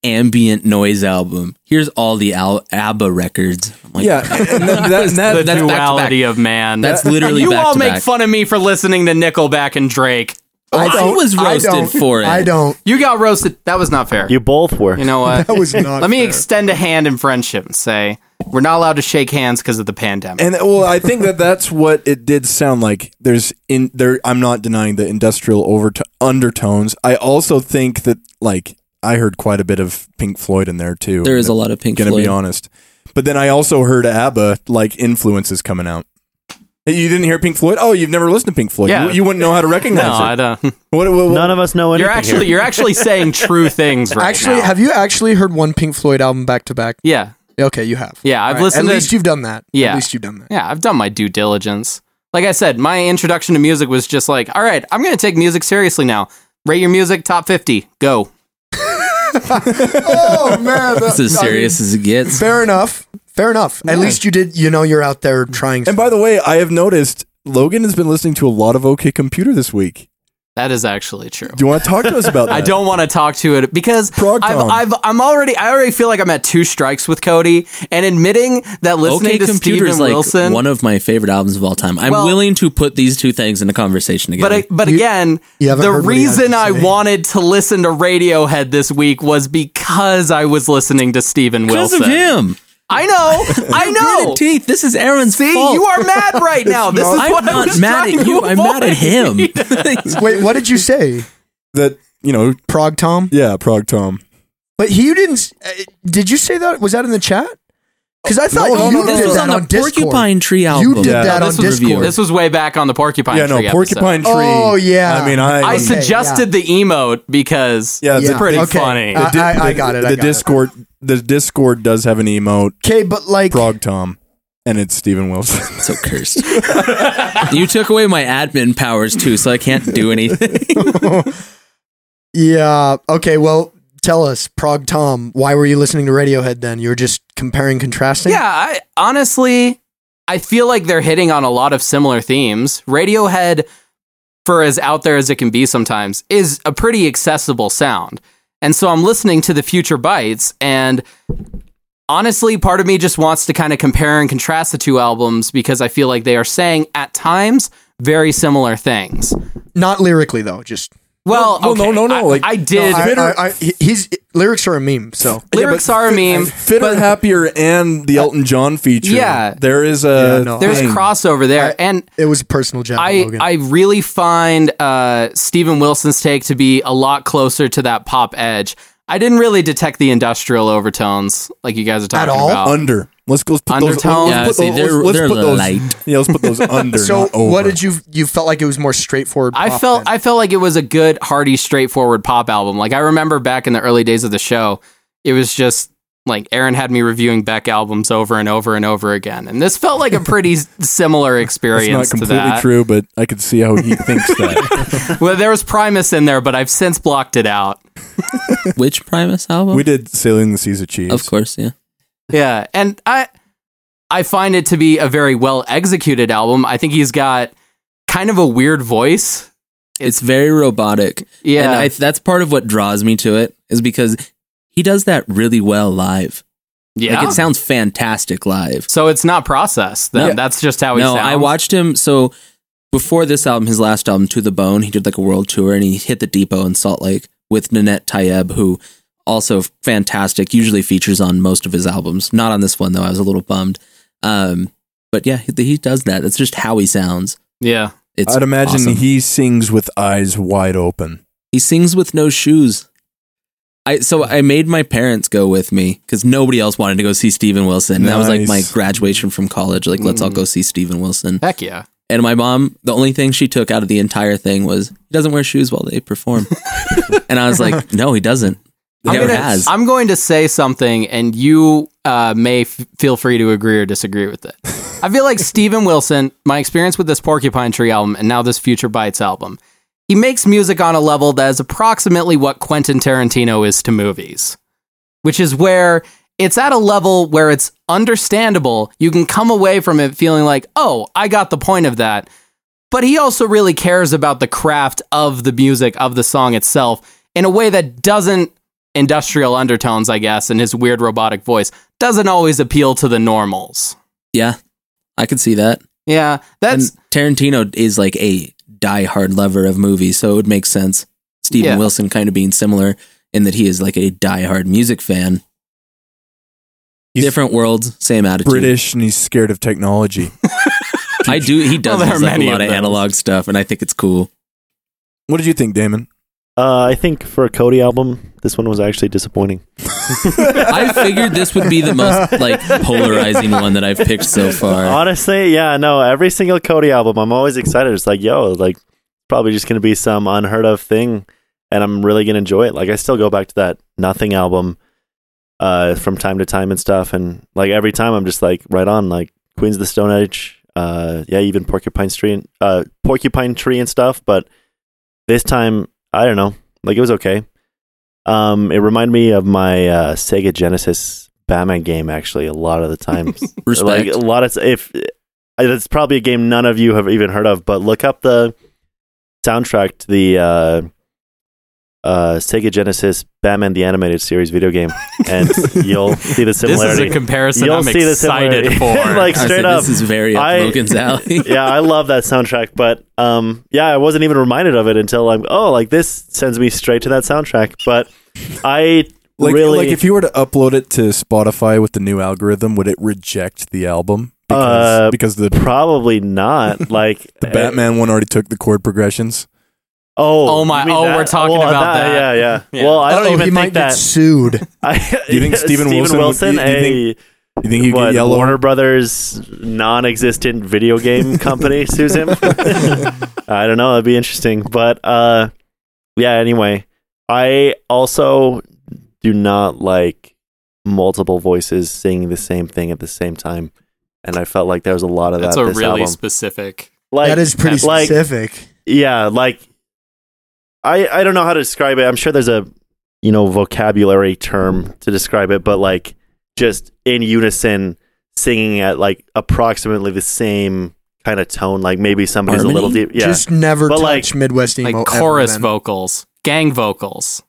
S3: ambient noise album. Here's all the Al- ABBA records. I'm like,
S1: yeah, and then that, and that-
S4: the
S3: that's back to back.
S4: duality of man.
S3: that's literally
S4: you
S3: back
S4: all
S3: to
S4: make
S3: back.
S4: fun of me for listening to Nickelback and Drake.
S3: I
S2: don't-
S3: was
S2: I
S3: roasted
S2: don't-
S3: for it.
S2: I don't.
S4: You got roasted. That was not fair.
S5: You both were.
S4: You know what?
S2: That was not.
S4: Let me
S2: fair.
S4: extend a hand in friendship and say we're not allowed to shake hands because of the pandemic.
S1: and well, I think that that's what it did sound like. There's in there. I'm not denying the industrial overto- undertones. I also think that like I heard quite a bit of Pink Floyd in there too.
S3: There is a lot of Pink
S1: gonna
S3: Floyd.
S1: be honest. But then I also heard ABBA like influences coming out. Hey, You didn't hear Pink Floyd? Oh, you've never listened to Pink Floyd.
S4: Yeah.
S1: You, you wouldn't know how to recognize
S4: no, I
S1: it.
S4: don't.
S1: What, what, what-
S5: None of us know anything.
S4: You're actually
S5: here.
S4: you're actually saying true things right
S2: Actually,
S4: now.
S2: have you actually heard one Pink Floyd album back to back?
S4: yeah,
S2: Okay, you have.
S4: yeah. I've
S2: All right,
S4: listened
S2: At
S4: to
S2: least you've done that.
S4: Yeah.
S2: At least you've done that.
S4: Yeah, I've done my due diligence. Like I said, my introduction to music was just like, all right, I'm going to take music seriously now. Rate your music top 50. Go.
S2: oh man,
S3: It's as serious as it gets.
S2: Fair enough. Fair enough. At least you did. You know, you're out there trying.
S1: and by the way, I have noticed Logan has been listening to a lot of OK Computer this week.
S4: That is actually true.
S1: Do you want to talk to us about that?
S4: I don't want to talk to it because
S1: Prog
S4: I've,
S1: Tom.
S4: I've, I'm already, I already feel like I'm at two strikes with Cody and admitting that listening
S3: okay,
S4: to
S3: computer's
S4: Steven
S3: like
S4: Wilson,
S3: one of my favorite albums of all time. I'm
S4: Well-
S3: willing to put these two things in a conversation together.
S4: But I, but again,
S2: you haven't
S4: the
S2: heard what he has to
S4: reason I
S2: say.
S4: wanted to listen to Radiohead this week was because I was listening to Steven
S3: because
S4: Wilson.
S3: of him.
S4: I know, I know.
S3: Gritted teeth. This is Aaron's
S4: See,
S3: fault.
S4: you are mad right now. This is
S3: I'm
S4: what I
S3: not
S4: was
S3: mad
S4: trying
S3: at
S4: to
S3: you. I'm mad at
S4: avoid.
S3: him.
S2: Wait, what did you say?
S1: that you know.
S2: Prog Tom?
S1: Yeah, Prog Tom.
S2: But he didn't. s- Uh, did you say that? Was that in the chat? Because I thought
S1: No,
S4: Oh,
S2: you
S1: no,
S2: did
S1: this
S2: that
S1: was
S2: on,
S3: on the
S2: Discord.
S3: Porcupine Tree album.
S2: You did
S1: Yeah.
S2: that
S1: No,
S2: on
S4: this was,
S2: Discord.
S4: this was way back on the Porcupine
S1: yeah, no,
S4: Tree
S1: Porcupine
S4: episode.
S1: Tree.
S2: Oh, yeah.
S1: I mean, I.
S4: I
S1: was-
S2: Okay,
S4: suggested the emote because
S1: yeah,
S2: Yeah.
S1: the,
S4: pretty
S2: okay.
S4: funny.
S2: I,
S1: di-
S2: I- I
S1: the-
S2: got it.
S1: The
S2: I got
S1: Discord, the Discord does have an emote.
S2: Okay, but like,
S1: Prog Tom, and it's Steven Wilson.
S3: so cursed. you took away my admin powers too, so I can't do anything.
S2: yeah. Okay, well, tell us, Prog Tom, why were you listening to Radiohead then? You were just comparing, contrasting.
S4: Yeah, I honestly I feel like they're hitting on a lot of similar themes. Radiohead for as out there as it can be sometimes is a pretty accessible sound. And so I'm listening to the Future Bites and honestly part of me just wants to kind of compare and contrast the two albums because I feel like they are saying at times very similar things.
S2: Not lyrically though. Just
S4: Well,
S1: Well, no,
S4: okay,
S1: no, no,
S4: I,
S1: like-
S4: I did
S2: I- I- I- he- he's lyrics are a meme. So
S4: lyrics are a meme.
S1: Fit or happier, and the Elton John feature.
S4: yeah.
S1: there is a
S2: Yeah, no,
S4: There's
S1: thing.
S4: crossover there and
S2: it was a personal jab. at
S4: I,
S2: Logan.
S4: I really find uh, Stephen Wilson's take to be a lot closer to that pop edge. I didn't really detect the industrial overtones like you guys are
S2: At
S4: talking
S2: all?
S4: about.
S1: under. Let's go. Let's put those,
S4: Undertone.
S1: Let's
S4: Yeah,
S1: put
S3: see,
S1: those,
S3: they're-
S1: let's
S3: they're
S1: put those,
S3: light.
S1: Yeah, let's put those under.
S2: so
S1: not over.
S2: what did you you felt like it was more straightforward?
S4: I
S2: pop
S4: felt
S2: then?
S4: I felt like it was a good, hearty, straightforward pop album. Like I remember back in the early days of the show, it was just like Aaron had me reviewing Beck albums over and over and over again, and this felt like a pretty s- similar
S1: It's not
S4: experience to
S1: completely
S4: that.
S1: true, but I could see how he thinks that.
S4: Well, there was Primus in there, but I've since blocked it out.
S3: Which Primus album?
S1: we did sailing the seas of cheese.
S3: of course, yeah.
S4: yeah and i i find it to be a very well executed album i think he's got kind of a weird voice
S3: It's very robotic.
S4: yeah
S3: And I, that's part of what draws me to it is because he does that really well live.
S4: yeah
S3: Like it sounds fantastic live.
S4: so it's not processed then
S1: Yeah.
S4: that's just how he
S3: No,
S4: sounds
S3: I watched him. So before this album, his last album, To the Bone, he did like a world tour and he hit the depot in Salt Lake with Nanette Tayeb, who also fantastic, usually features on most of his albums. Not on this one, though. I was a little bummed. Um, but yeah, he, he does that. That's just how he sounds.
S4: yeah
S3: It's
S1: I'd imagine
S3: awesome.
S1: he sings with eyes wide open.
S3: He sings with no shoes. I so I made my parents go with me because nobody else wanted to go see Steven Wilson. That was like my
S1: Nice.
S3: graduation from college. Like, let's all
S4: Mm.
S3: go see Steven Wilson.
S4: heck yeah
S3: And my mom, the only thing she took out of the entire thing was he doesn't wear shoes while they perform. and I was like, no, he doesn't. He
S4: I'm
S3: never
S4: gonna,
S3: has.
S4: I'm going to say something and you uh, may f- feel free to agree or disagree with it i feel like steven wilson my experience with this porcupine tree album and now this future bites album he makes music on a level that is approximately what quentin tarantino is to movies which is where it's at a level where it's understandable. You can come away from it feeling like, oh, I got the point of that. But he also really cares about the craft of the music, of the song itself, in a way that doesn't industrial undertones, I guess, and his weird robotic voice doesn't always appeal to the normals.
S3: yeah, I could see that.
S4: Yeah, that's
S3: and Tarantino is like a diehard lover of movies, so it would make sense. Steven
S4: Yeah.
S3: Wilson kind of being similar in that he is like a diehard music fan.
S1: He's
S3: Different worlds, same attitude.
S1: British, and he's scared of technology.
S3: I do. He does
S4: Well, there
S3: use,
S4: are
S3: like, a
S4: many
S3: lot
S4: of
S3: of,
S4: those.
S3: analog stuff, and I think it's cool.
S1: What did you think, Damon?
S5: Uh, I think for a Cody album, this one was actually disappointing.
S3: I figured this would be the most like polarizing one that I've picked so far.
S5: Honestly, yeah, no, every single Cody album, I'm always excited. It's like, yo, like probably just gonna be some unheard of thing, and I'm really gonna enjoy it. Like I still go back to that Nothing album, uh, from time to time and stuff, and like every time I'm just like right on, like Queens of the Stone Age, uh, yeah, even Porcupine Tree, and, uh, Porcupine Tree and stuff. But this time, I don't know, like it was okay. Um, it reminded me of my uh, Sega Genesis Batman game actually a lot of the times.
S3: Respect.
S5: Like a lot of if it's probably a game none of you have even heard of, but look up the soundtrack to the uh, uh, Sega Genesis Batman the Animated Series video game, and you'll see the
S4: This is
S5: similarity.
S4: a comparison
S5: You'll
S4: I'm
S5: see the
S4: excited
S5: similarity.
S4: for.
S5: Like,
S3: I
S5: straight
S3: said,
S5: up,
S3: This is very up
S5: I-
S3: Logan's alley.
S5: yeah, I love that soundtrack, but um, yeah, I wasn't even reminded of it until I'm oh, like this sends me straight to that soundtrack. But I
S1: Like,
S5: really
S1: like if you were to upload it to Spotify with the new algorithm, would it reject the album because,
S5: Uh, eh.
S1: because the
S5: probably not like
S1: the Batman one already took the chord progressions?
S5: Oh,
S4: Oh my-
S5: you mean
S4: oh, we're talking
S5: Well,
S4: about that.
S5: Yeah, yeah,
S4: Yeah.
S5: Well, I don't
S2: oh,
S5: even
S2: he
S5: think
S2: might
S5: that.
S2: get sued.
S5: I,
S1: You think Steven Wilson would-
S5: Wilson,
S1: you- you
S5: a
S1: think- You think you
S5: what,
S1: get yellow?
S5: Warner Brothers non-existent video game company sues him? I don't know. That'd be interesting, but uh, yeah. Anyway, I also do not like multiple voices singing the same thing at the same time, and I felt like there was a lot of
S4: That's
S5: that.
S4: a
S5: this
S4: really
S5: album.
S4: specific.
S5: like,
S2: that is pretty
S5: like-
S2: specific.
S5: yeah like i i don't know how to describe it i'm sure there's a you know vocabulary term to describe it but like just in unison singing at like approximately the same kind of tone like maybe somebody's a little
S3: Harmony?
S5: deep yeah
S2: Just never
S5: But,
S2: touch
S5: like-
S2: Midwest emo.
S4: Like
S2: ever,
S4: chorus
S2: man.
S4: vocals, gang vocals.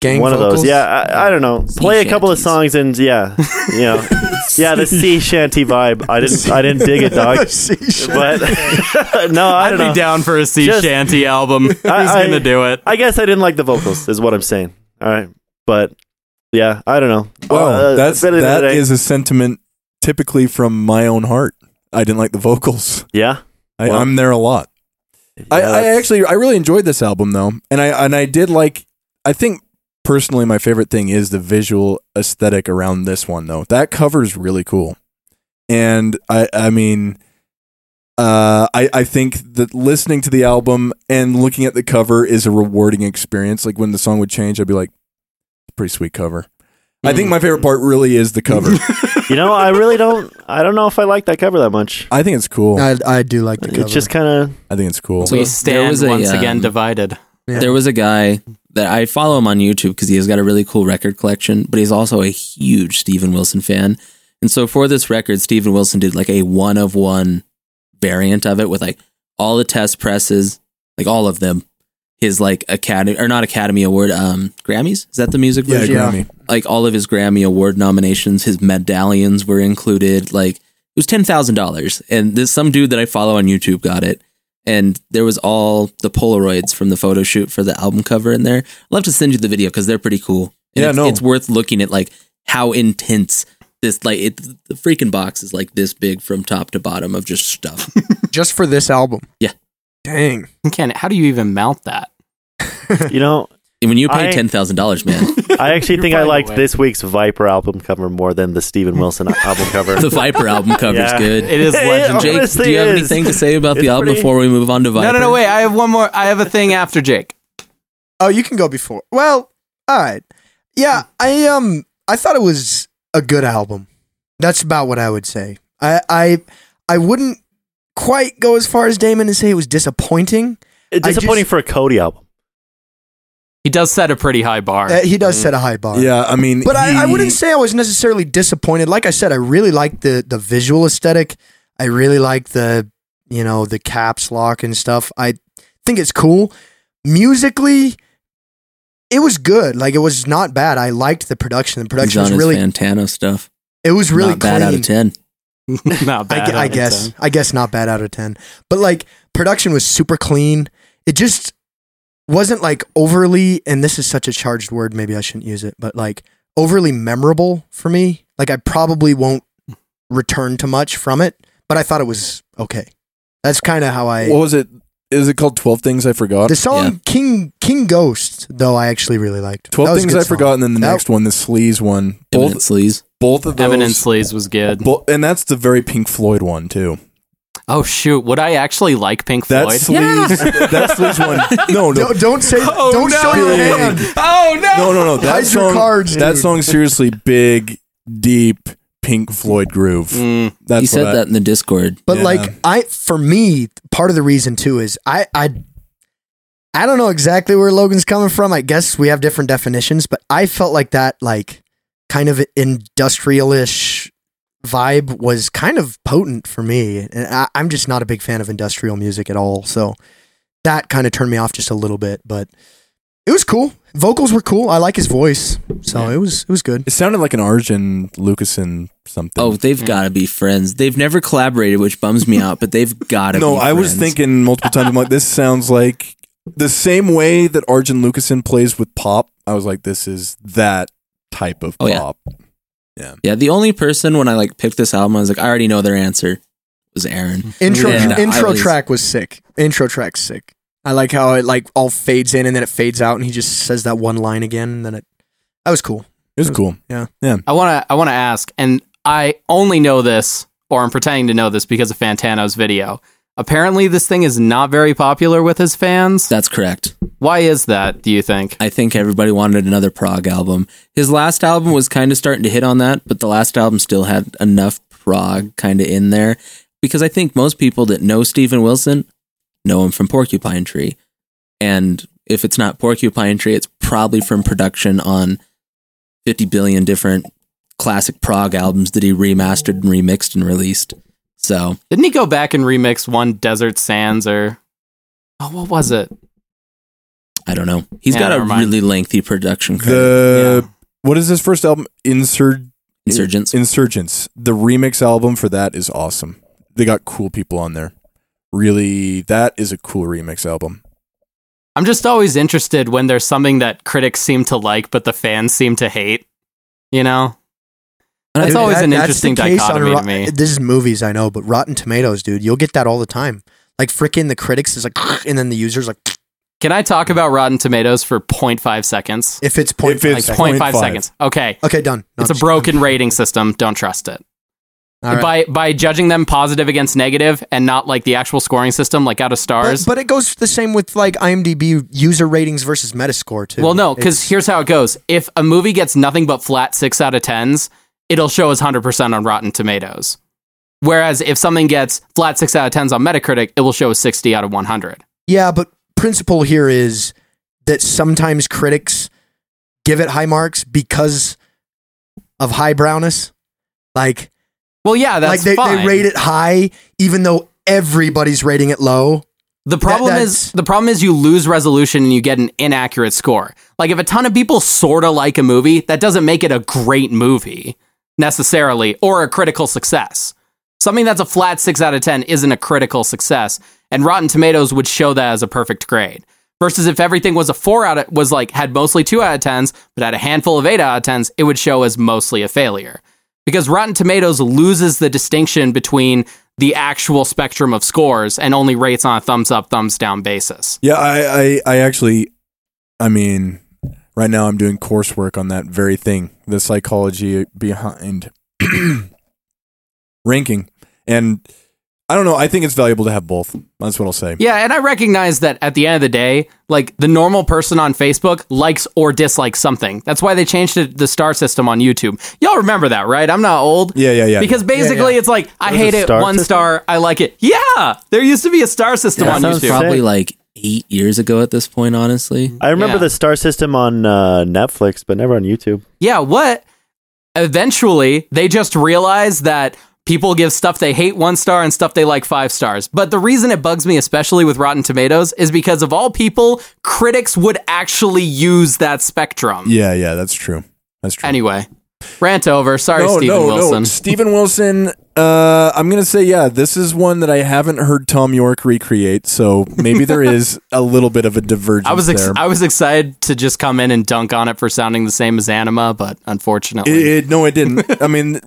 S2: gang
S5: one of
S2: vocals?
S5: those yeah I, I don't know
S3: Sea
S5: play a couple of
S3: shanties.
S5: songs and yeah you know yeah the sea shanty vibe i didn't i didn't dig it dog but no i
S4: I'd
S5: don't
S4: be
S5: know
S4: down for a sea
S5: Uh, Just-
S4: shanty album. He's
S5: I-
S4: gonna do it.
S5: i guess i didn't like the vocals is what i'm saying all right but yeah i don't know
S1: Wow,
S5: Uh,
S1: that's
S5: better than
S1: that
S5: today.
S1: is a sentiment typically from my own heart. I didn't like the vocals.
S5: Yeah.
S1: I,
S5: Well-
S1: I'm there a lot. I,
S5: Yeah,
S1: I
S5: that's-
S1: actually I really enjoyed this album though, and I and I did like. I think personally, my favorite thing is the visual aesthetic around this one though. That cover is really cool, and I I mean, uh, I I think that listening to the album and looking at the cover is a rewarding experience. Like when the song would change, I'd be like, pretty sweet cover. I
S2: Mm.
S1: think my favorite part really is the cover.
S5: You know, I really don't. I don't know if I like that cover that much.
S1: I think it's cool.
S2: I, I do like the cover.
S5: It's just kind of.
S1: I think it's cool.
S4: We
S3: there
S4: stand
S3: was a,
S4: once again
S3: um,
S4: divided.
S2: Yeah.
S3: There was a guy that I follow him on YouTube because he has got a really cool record collection, but he's also a huge Steven Wilson fan. And so for this record, Steven Wilson did like a one of one variant of it with like all the test presses, like all of them. His like Academy or not Academy Award, um Grammys? Is that the music
S1: yeah,
S3: version?
S1: Grammy.
S3: Like all of his Grammy Award nominations, his medallions were included. Like it was ten thousand dollars. And this some dude that I follow on YouTube got it and there was all the Polaroids from the photo shoot for the album cover in there. I'll have to send you the video because they're pretty cool. And
S1: Yeah,
S3: it's,
S1: no.
S3: it's worth looking at like how intense this like it, the freaking box is like this big from top to bottom of just stuff.
S2: just for this album.
S3: Yeah.
S2: Dang.
S4: Ken, how do you even mount that?
S5: You know,
S3: and when you pay
S5: I-
S3: ten thousand dollars, man,
S5: I actually
S4: You're
S5: think
S4: finding
S5: I
S4: a
S5: liked
S4: way.
S5: this week's Viper album cover more than the Steven Wilson album cover.
S3: the Viper album cover's
S5: Yeah.
S3: good.
S4: It is legendary.
S3: Jake,
S5: honestly
S3: do you have
S5: is.
S3: anything to say about
S5: It's
S3: the album
S5: pretty-
S3: before we move on to Viper?
S4: No, no, no. Wait, I have one more. I have a thing after Jake.
S2: Oh, you can go before. Well, all right. Yeah, I um I thought it was a good album. That's about what I would say. I I I wouldn't quite go as far as Damon and say it was disappointing.
S5: It's
S2: I just-
S5: disappointing for a Cody album.
S4: He does set a pretty high bar.
S2: Uh, he does set a high bar.
S1: Yeah, I mean,
S2: But I, I
S1: he-
S2: wouldn't say I was necessarily disappointed. Like I said, I really liked the the visual aesthetic. I really like the you know the caps lock and stuff. I think it's cool. Musically, it was good. Like it was not bad. I liked the production. The
S3: He's
S2: production
S3: on
S2: was
S3: his
S2: really
S3: Fantano stuff.
S2: it was really
S3: Not bad
S2: clean.
S3: out of ten.
S4: Not
S2: I,
S4: bad.
S2: gu- I
S4: think
S2: guess
S4: so.
S2: I guess not bad out of ten. But like production was super clean. It just wasn't like overly and this is such a charged word, maybe I shouldn't use it, but like overly memorable for me. Like I probably won't return to much from it, but I thought it was okay. That's kind of how I
S1: What was it? Is it called Twelve Things I Forgot?
S2: the song King King Ghost though I actually really liked. That
S1: Twelve
S2: was a
S1: Things
S2: good
S1: I
S2: song.
S1: Forgot, and then the
S2: That-
S1: next one, the Sleaze one. Both,
S3: Eminent sleaze.
S1: both of those.
S4: Eminent Sleaze was good.
S1: bo- and that's the very Pink Floyd one too.
S4: Oh shoot, would I actually like Pink
S1: That
S4: Floyd?
S1: Sleaze, that Sleaze one. No, no,
S2: Don't, don't say don't show your
S1: Oh, no.
S2: hand.
S4: Oh
S1: no, no, no. That
S2: Hide your
S1: song,
S2: cards,
S1: that
S2: dude.
S1: song, seriously, big, deep Pink Floyd groove.
S4: Mm.
S1: That's
S3: He
S1: what
S3: Mm. said
S1: I-
S3: that in the Discord.
S2: But
S1: Yeah.
S2: like I for me, part of the reason too is I I I don't know exactly where Logan's coming from. I guess we have different definitions, but I felt like that like kind of industrialish vibe was kind of potent for me. And I, I'm just not a big fan of industrial music at all. So that kind of turned me off just a little bit, but it was cool. Vocals were cool. I like his voice, so it was it was good.
S1: It sounded like an Arjun Lucasen something.
S3: Oh, they've got to be friends. They've never collaborated, which bums me out, but they've got to
S1: no,
S3: be
S1: I was
S3: friends.
S1: thinking multiple times. I'm like, this sounds like the same way that Arjun Lucasen plays with pop. I was like, this is that type of
S3: Oh, yeah.
S1: pop.
S3: Yeah, the only person when I like picked this album, I was like, I already know their answer was Aaron.
S2: Intro
S3: Yeah, I
S2: intro
S3: was-
S2: track was sick. Intro track's sick. I like how it like all fades in and then it fades out and he just says that one line again and then it that was cool.
S1: It was cool.
S4: I want to I want to ask, and I only know this, or I'm pretending to know this because of Fantano's video. Apparently, this thing is not very popular with his fans.
S3: That's correct.
S4: Why is that? Do you think?
S3: I think everybody wanted another prog album. His last album was kind of starting to hit on that, but the last album still had enough prog kind of in there because I think most people that know Steven Wilson know him from Porcupine Tree. And if it's not Porcupine Tree, it's probably from production on 50 billion different classic prog albums that he remastered and remixed and released. So,
S4: Didn't he go back and remix one Desert Sands or oh, what was it?
S3: I don't know. He's
S4: Yeah,
S3: got a
S4: never mind.
S3: really lengthy production credit.
S4: Uh,
S1: The what is his first album? Insur-
S3: Insurgents.
S1: Insurgents. The remix album for that is awesome. They got cool people on there. Really, that is a cool remix album.
S4: I'm just always interested when there's something that critics seem to like but the fans seem to hate. You know,
S3: And I
S4: that's
S3: think
S4: always
S2: That-
S4: an
S2: that's the
S4: interesting
S2: case on
S4: dichotomy
S2: Ro-
S4: to me.
S2: This is movies, I know, but Rotten Tomatoes, dude, you'll get that all the time. Like freaking the critics is like, and then the users like,
S4: Can I talk about Rotten Tomatoes for 0.5 seconds?
S2: if it's point,
S1: If it's
S2: five
S1: point-
S2: seconds.
S1: 0.5.
S4: 0.5 seconds. Okay.
S2: okay, done. No,
S4: It's a
S2: I'm just-
S4: broken rating system. Don't trust it.
S2: All right.
S4: By by judging them positive against negative and not like the actual scoring system, like out of
S2: But,
S4: stars.
S2: but it goes the same with like IMDb user ratings versus Metascore too.
S4: well, no, because
S2: It's-
S4: here's how it goes. If a movie gets nothing but flat six out of tens, it'll show as hundred percent on Rotten Tomatoes. Whereas if something gets flat six out of tens on Metacritic, it will show as sixty out of one hundred.
S2: yeah, but principle here is that sometimes critics give it high marks because of high brownness, like
S4: Well, yeah, that's
S2: like they,
S4: fine.
S2: they rate it high even though everybody's rating it low.
S4: The problem
S2: that's-
S4: is the problem is you lose resolution and you get an inaccurate score. Like if a ton of people sort of like a movie, that doesn't make it a great movie necessarily or a critical success. Something that's a flat 6 out of 10 isn't a critical success, and Rotten Tomatoes would show that as a perfect grade. Versus if everything was a 4 out of was like had mostly 2 out of 10s, but had a handful of 8 out of 10s, it would show as mostly a failure because Rotten Tomatoes loses the distinction between the actual spectrum of scores and only rates on a thumbs up, thumbs down basis.
S1: Yeah, I, I, I actually, I mean, right now I'm doing coursework on that very thing, the psychology behind ranking, and I don't know. I think it's valuable to have both. That's what I'll say.
S4: Yeah, and I recognize that at the end of the day, like the normal person on Facebook likes or dislikes something. That's why they changed it, the star system on YouTube. Y'all remember that, right? I'm not old.
S1: Yeah, yeah, yeah.
S4: Because basically, it's like I
S5: There was
S4: hate
S5: a
S4: it.
S5: star
S4: One
S5: system?
S4: star, I like it. Yeah, there used to be a star system
S3: that
S4: on
S3: was
S4: YouTube.
S3: probably
S5: Sick.
S3: like eight years ago at this point, honestly.
S5: I remember
S4: Yeah.
S5: the star system on uh, Netflix, but never on YouTube.
S4: Yeah, what? Eventually, they just realize that people give stuff they hate one star and stuff they like five stars. But the reason it bugs me, especially with Rotten Tomatoes, is because of all people, critics would actually use that spectrum.
S1: yeah, yeah. That's true. That's true.
S4: Anyway, rant over. Sorry,
S1: no,
S4: Steven
S1: no,
S4: Wilson.
S1: no. Stephen Wilson. Uh, I'm gonna say yeah. This is one that I haven't heard Tom York recreate, so maybe there is a little bit of a divergence.
S4: I was ex-
S1: there.
S4: I was excited to just come in and dunk on it for sounding the same as Anima, but unfortunately,
S1: It, it- no, it didn't. I mean,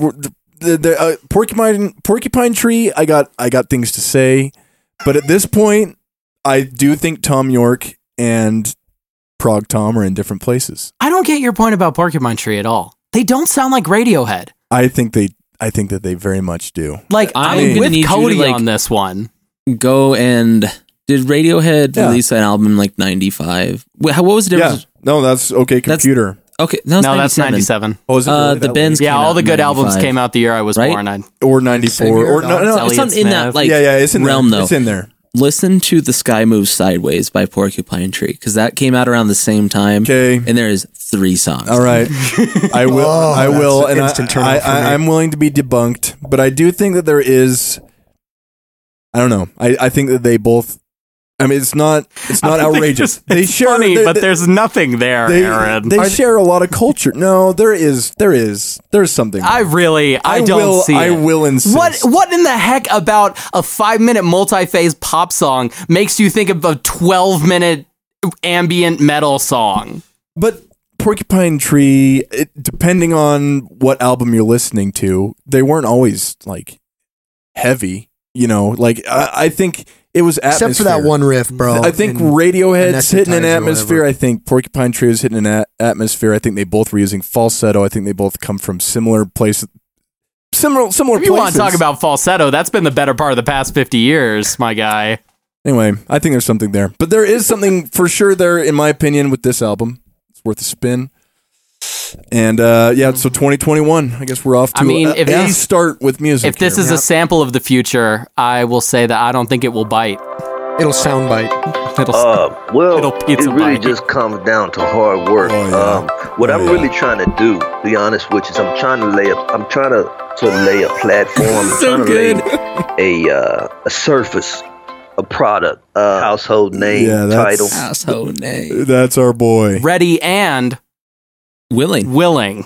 S1: we're- the, the uh, porcupine porcupine tree. I got I got things to say, but at this point, I do think Tom York and Prog Tom are in different places.
S4: I don't get your point about Porcupine Tree at all. They don't sound like Radiohead.
S1: I think they. I think that they very much do.
S4: Like
S3: I
S4: I'm,
S1: mean-
S4: with
S3: need you to,
S4: Cody
S3: like-
S4: on this one.
S3: Go and did Radiohead
S1: Yeah.
S3: release an album in like '95? Wha- how- What was the
S1: Yeah.
S3: difference?
S1: No, that's okay.
S3: That's-
S1: Computer.
S3: Okay, that was
S4: no, that's
S3: 97.
S4: 97.
S1: oh, is it
S3: uh,
S1: really
S3: the
S1: that
S3: Benz-
S1: late?
S4: Yeah,
S3: came
S4: all
S3: out
S4: the
S3: in
S4: good albums
S3: 95.
S4: came out the year I was
S3: Right?
S4: born. I,
S1: or ninety four or no no.
S4: Elliott
S3: it's not in that
S4: Smith.
S3: like
S1: yeah, yeah, it's in there.
S3: realm though.
S1: It's in there.
S3: Listen to "The Sky Moves Sideways" by Porcupine Tree because that came out around the same time.
S1: Okay.
S3: and there is three songs.
S1: All right, I will.
S2: Oh,
S1: I will,
S2: that's an
S1: and I,
S2: instant turnoff
S1: I,
S2: for me.
S1: I, I'm willing to be debunked, but I do think that there is. I don't know. I, I think that they both I mean, it's not it's not
S4: They're
S1: outrageous.
S4: just- it's funny,
S1: they-
S4: but
S1: they-
S4: there's nothing there,
S1: they,
S4: Aaron.
S1: they share a lot of culture. No, there is there is there's something.
S4: I really, I, don't
S1: will,
S4: see.
S1: I
S4: it.
S1: will insist.
S4: What what in the heck about a five minute multi phase pop song makes you think of a twelve minute ambient metal song?
S1: But Porcupine Tree, it, depending on what album you're listening to, they weren't always like heavy. You know, like I, I think it was atmosphere.
S2: Except for that one riff, bro.
S1: I think
S2: And-
S1: Radiohead's
S2: Anesthetized
S1: hitting an
S2: or
S1: atmosphere.
S2: whatever.
S1: I think Porcupine Tree is hitting an a- atmosphere. I think they both were using falsetto. I think they both come from similar places. Similar, similar
S4: If you
S1: places.
S4: want to talk about falsetto, that's been the better part of the past fifty years, my guy.
S1: Anyway, I think there's something there, but there is something for sure there, in my opinion, with this album. It's worth a spin. And uh, yeah, so 2021. I guess we're off to
S4: I mean,
S1: a,
S4: if
S1: a
S4: these-
S1: start with music.
S4: If this
S1: here.
S4: is a sample of the future, I will say that I don't think it will bite.
S2: It'll sound bite.
S4: It'll
S6: Uh, well,
S4: Little
S6: it
S4: pizza
S6: really
S4: bite.
S6: just comes down to hard work.
S1: Oh, yeah.
S6: um, what
S1: Oh,
S6: I'm
S1: yeah.
S6: really trying to do, to be honest with you, is I'm trying to lay a, I'm trying to, to lay a platform, I'm trying to lay a uh, a surface, a product, a household name,
S1: Yeah, that's-
S6: title.
S4: Oh.
S3: Household name.
S1: that's our boy.
S4: ready and
S1: Uh,
S3: Willing.
S4: willing.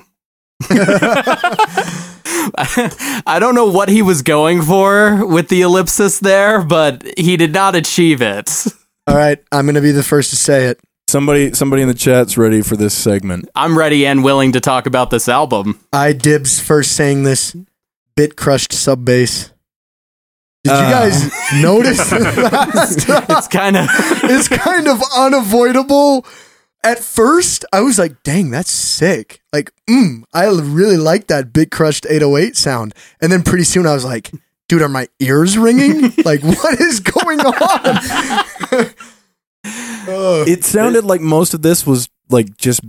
S4: I don't know what he was going for with the ellipsis there, but he did not achieve it.
S2: All right, I'm gonna be the first to say it.
S1: Somebody, somebody in the chat's ready for this segment.
S4: I'm ready and willing to talk about this album.
S2: I dibs first saying this bit crushed sub bass. Did
S1: Uh.
S2: you guys notice that?
S4: It's kind of
S2: it's kind of unavoidable. At first, I was like, dang, that's sick. Like, mm, I really like that bit crushed 808 sound. And then pretty soon I was like, dude, are my ears ringing? like, what is going on?
S1: It sounded like most of this was like just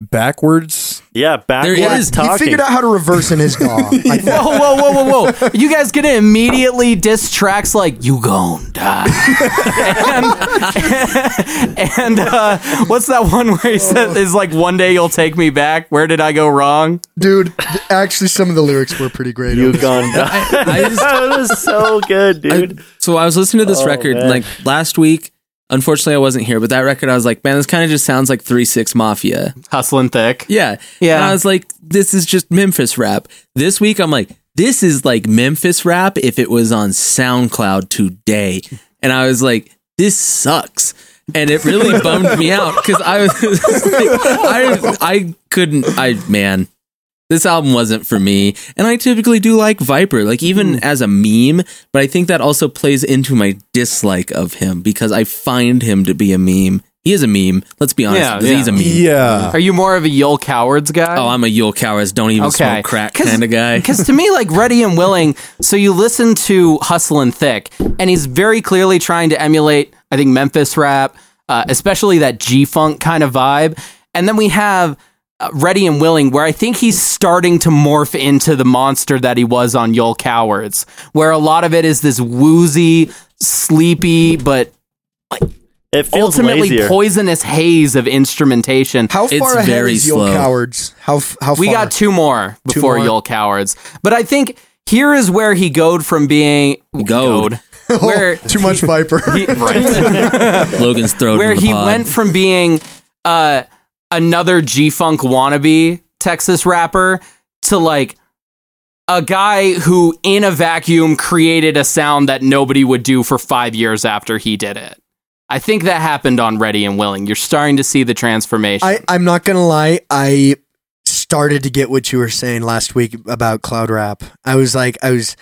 S1: backwards.
S5: Yeah,
S3: There
S5: backwards
S3: is-
S5: talking.
S2: He figured out how to reverse in his gaw. I
S4: whoa, whoa, whoa, whoa, whoa! You guys gonna immediately diss tracks like "You Gon' Die" and, and uh, what's that one where he said is like "One day you'll take me back"? Where did I go wrong?
S2: Dude, th- actually, some of the lyrics were pretty great.
S5: You
S2: on this.
S5: gone
S3: I- I just-
S5: that was so good, dude.
S3: So I was listening to this
S5: Oh,
S3: record
S5: man.
S3: like last week. Unfortunately, I wasn't here, but that record, I was like, man, this kind of just sounds like Three Six Mafia.
S4: Hustlin' thick.
S3: Yeah,
S4: Yeah.
S3: And I was like, this is just Memphis rap. This week, I'm like, this is like Memphis rap if it was on SoundCloud today. And I was like, this sucks. And it really bummed me out because I was like, I, I couldn't, I, man, this album wasn't for me. And I typically do like Viper, like
S4: Mm.
S3: even as a meme, but I think that also plays into my dislike of him because I find him to be a meme. He is a meme. Let's be honest.
S4: Yeah,
S3: He's
S4: yeah.
S3: a meme.
S1: Yeah,
S4: Uh, Are you more of a Yul Cowards guy?
S3: Oh, I'm a Yule Cowers, don't even
S4: Okay.
S3: smoke crack
S4: 'Cause-
S3: kind of guy.
S4: Because to me, like Ready and Willing, so you listen to Hustlin' Thick, and he's very clearly trying to emulate, I think, Memphis rap, uh, especially that G Funk kind of vibe. And then we have uh, Ready and Willing, where I think he's starting to morph into the monster that he was on Yol Cowards, where a lot of it is this woozy, sleepy, but
S5: It feels
S4: ultimately
S5: lazier.
S4: poisonous haze of instrumentation.
S2: How
S3: It's
S2: far ahead
S3: very
S2: is
S3: slow.
S2: Yul Cowards? How f- how
S4: We
S2: far?
S4: got two more before
S2: more?
S4: Yol Cowards. But I think here is where he goed from being
S3: Goed.
S4: goed. where
S2: Oh, too much Viper.
S4: he, right.
S3: Logan's throat.
S4: where
S3: into the
S4: he
S3: pod.
S4: went from being uh, another G Funk wannabe Texas rapper to like a guy who in a vacuum created a sound that nobody would do for five years after he did it. I think that happened on Ready and Willing. You're starting to see the transformation.
S2: I I'm not gonna lie. I started to get what you were saying last week about cloud rap. I was like, I was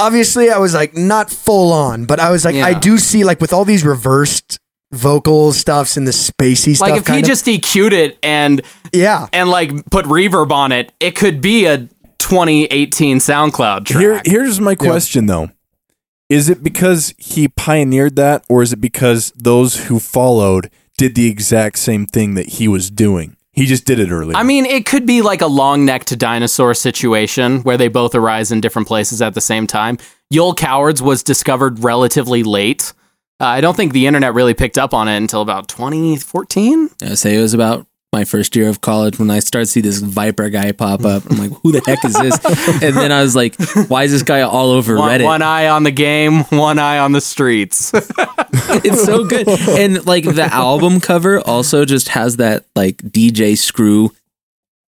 S2: obviously I was like not full on, but I was like, I
S4: Yeah.
S2: do see like with all these reversed vocal stuffs and the spacey stuff.
S4: like if he
S2: kind of-
S4: just EQ'd it and
S2: yeah.
S4: and like put reverb on it, it could be a 2018 SoundCloud track.
S1: Here, here's my question though: Is it because he pioneered that, or is it because those who followed did the exact same thing that he was doing? He just did it earlier.
S4: I mean, it could be like a long necked dinosaur situation where they both arise in different places at the same time. Yul Cowards was discovered relatively late. Uh, I don't think the internet really picked up on it until about 2014.
S3: I would say it was about my first year of college when I started to see this Viper guy pop up. I'm like, who the heck is this? And then I was like, why is this guy all over
S4: One,
S3: Reddit?
S4: one eye on the game, one eye on the streets.
S3: it's so good. And like the album cover also just has that like DJ Screw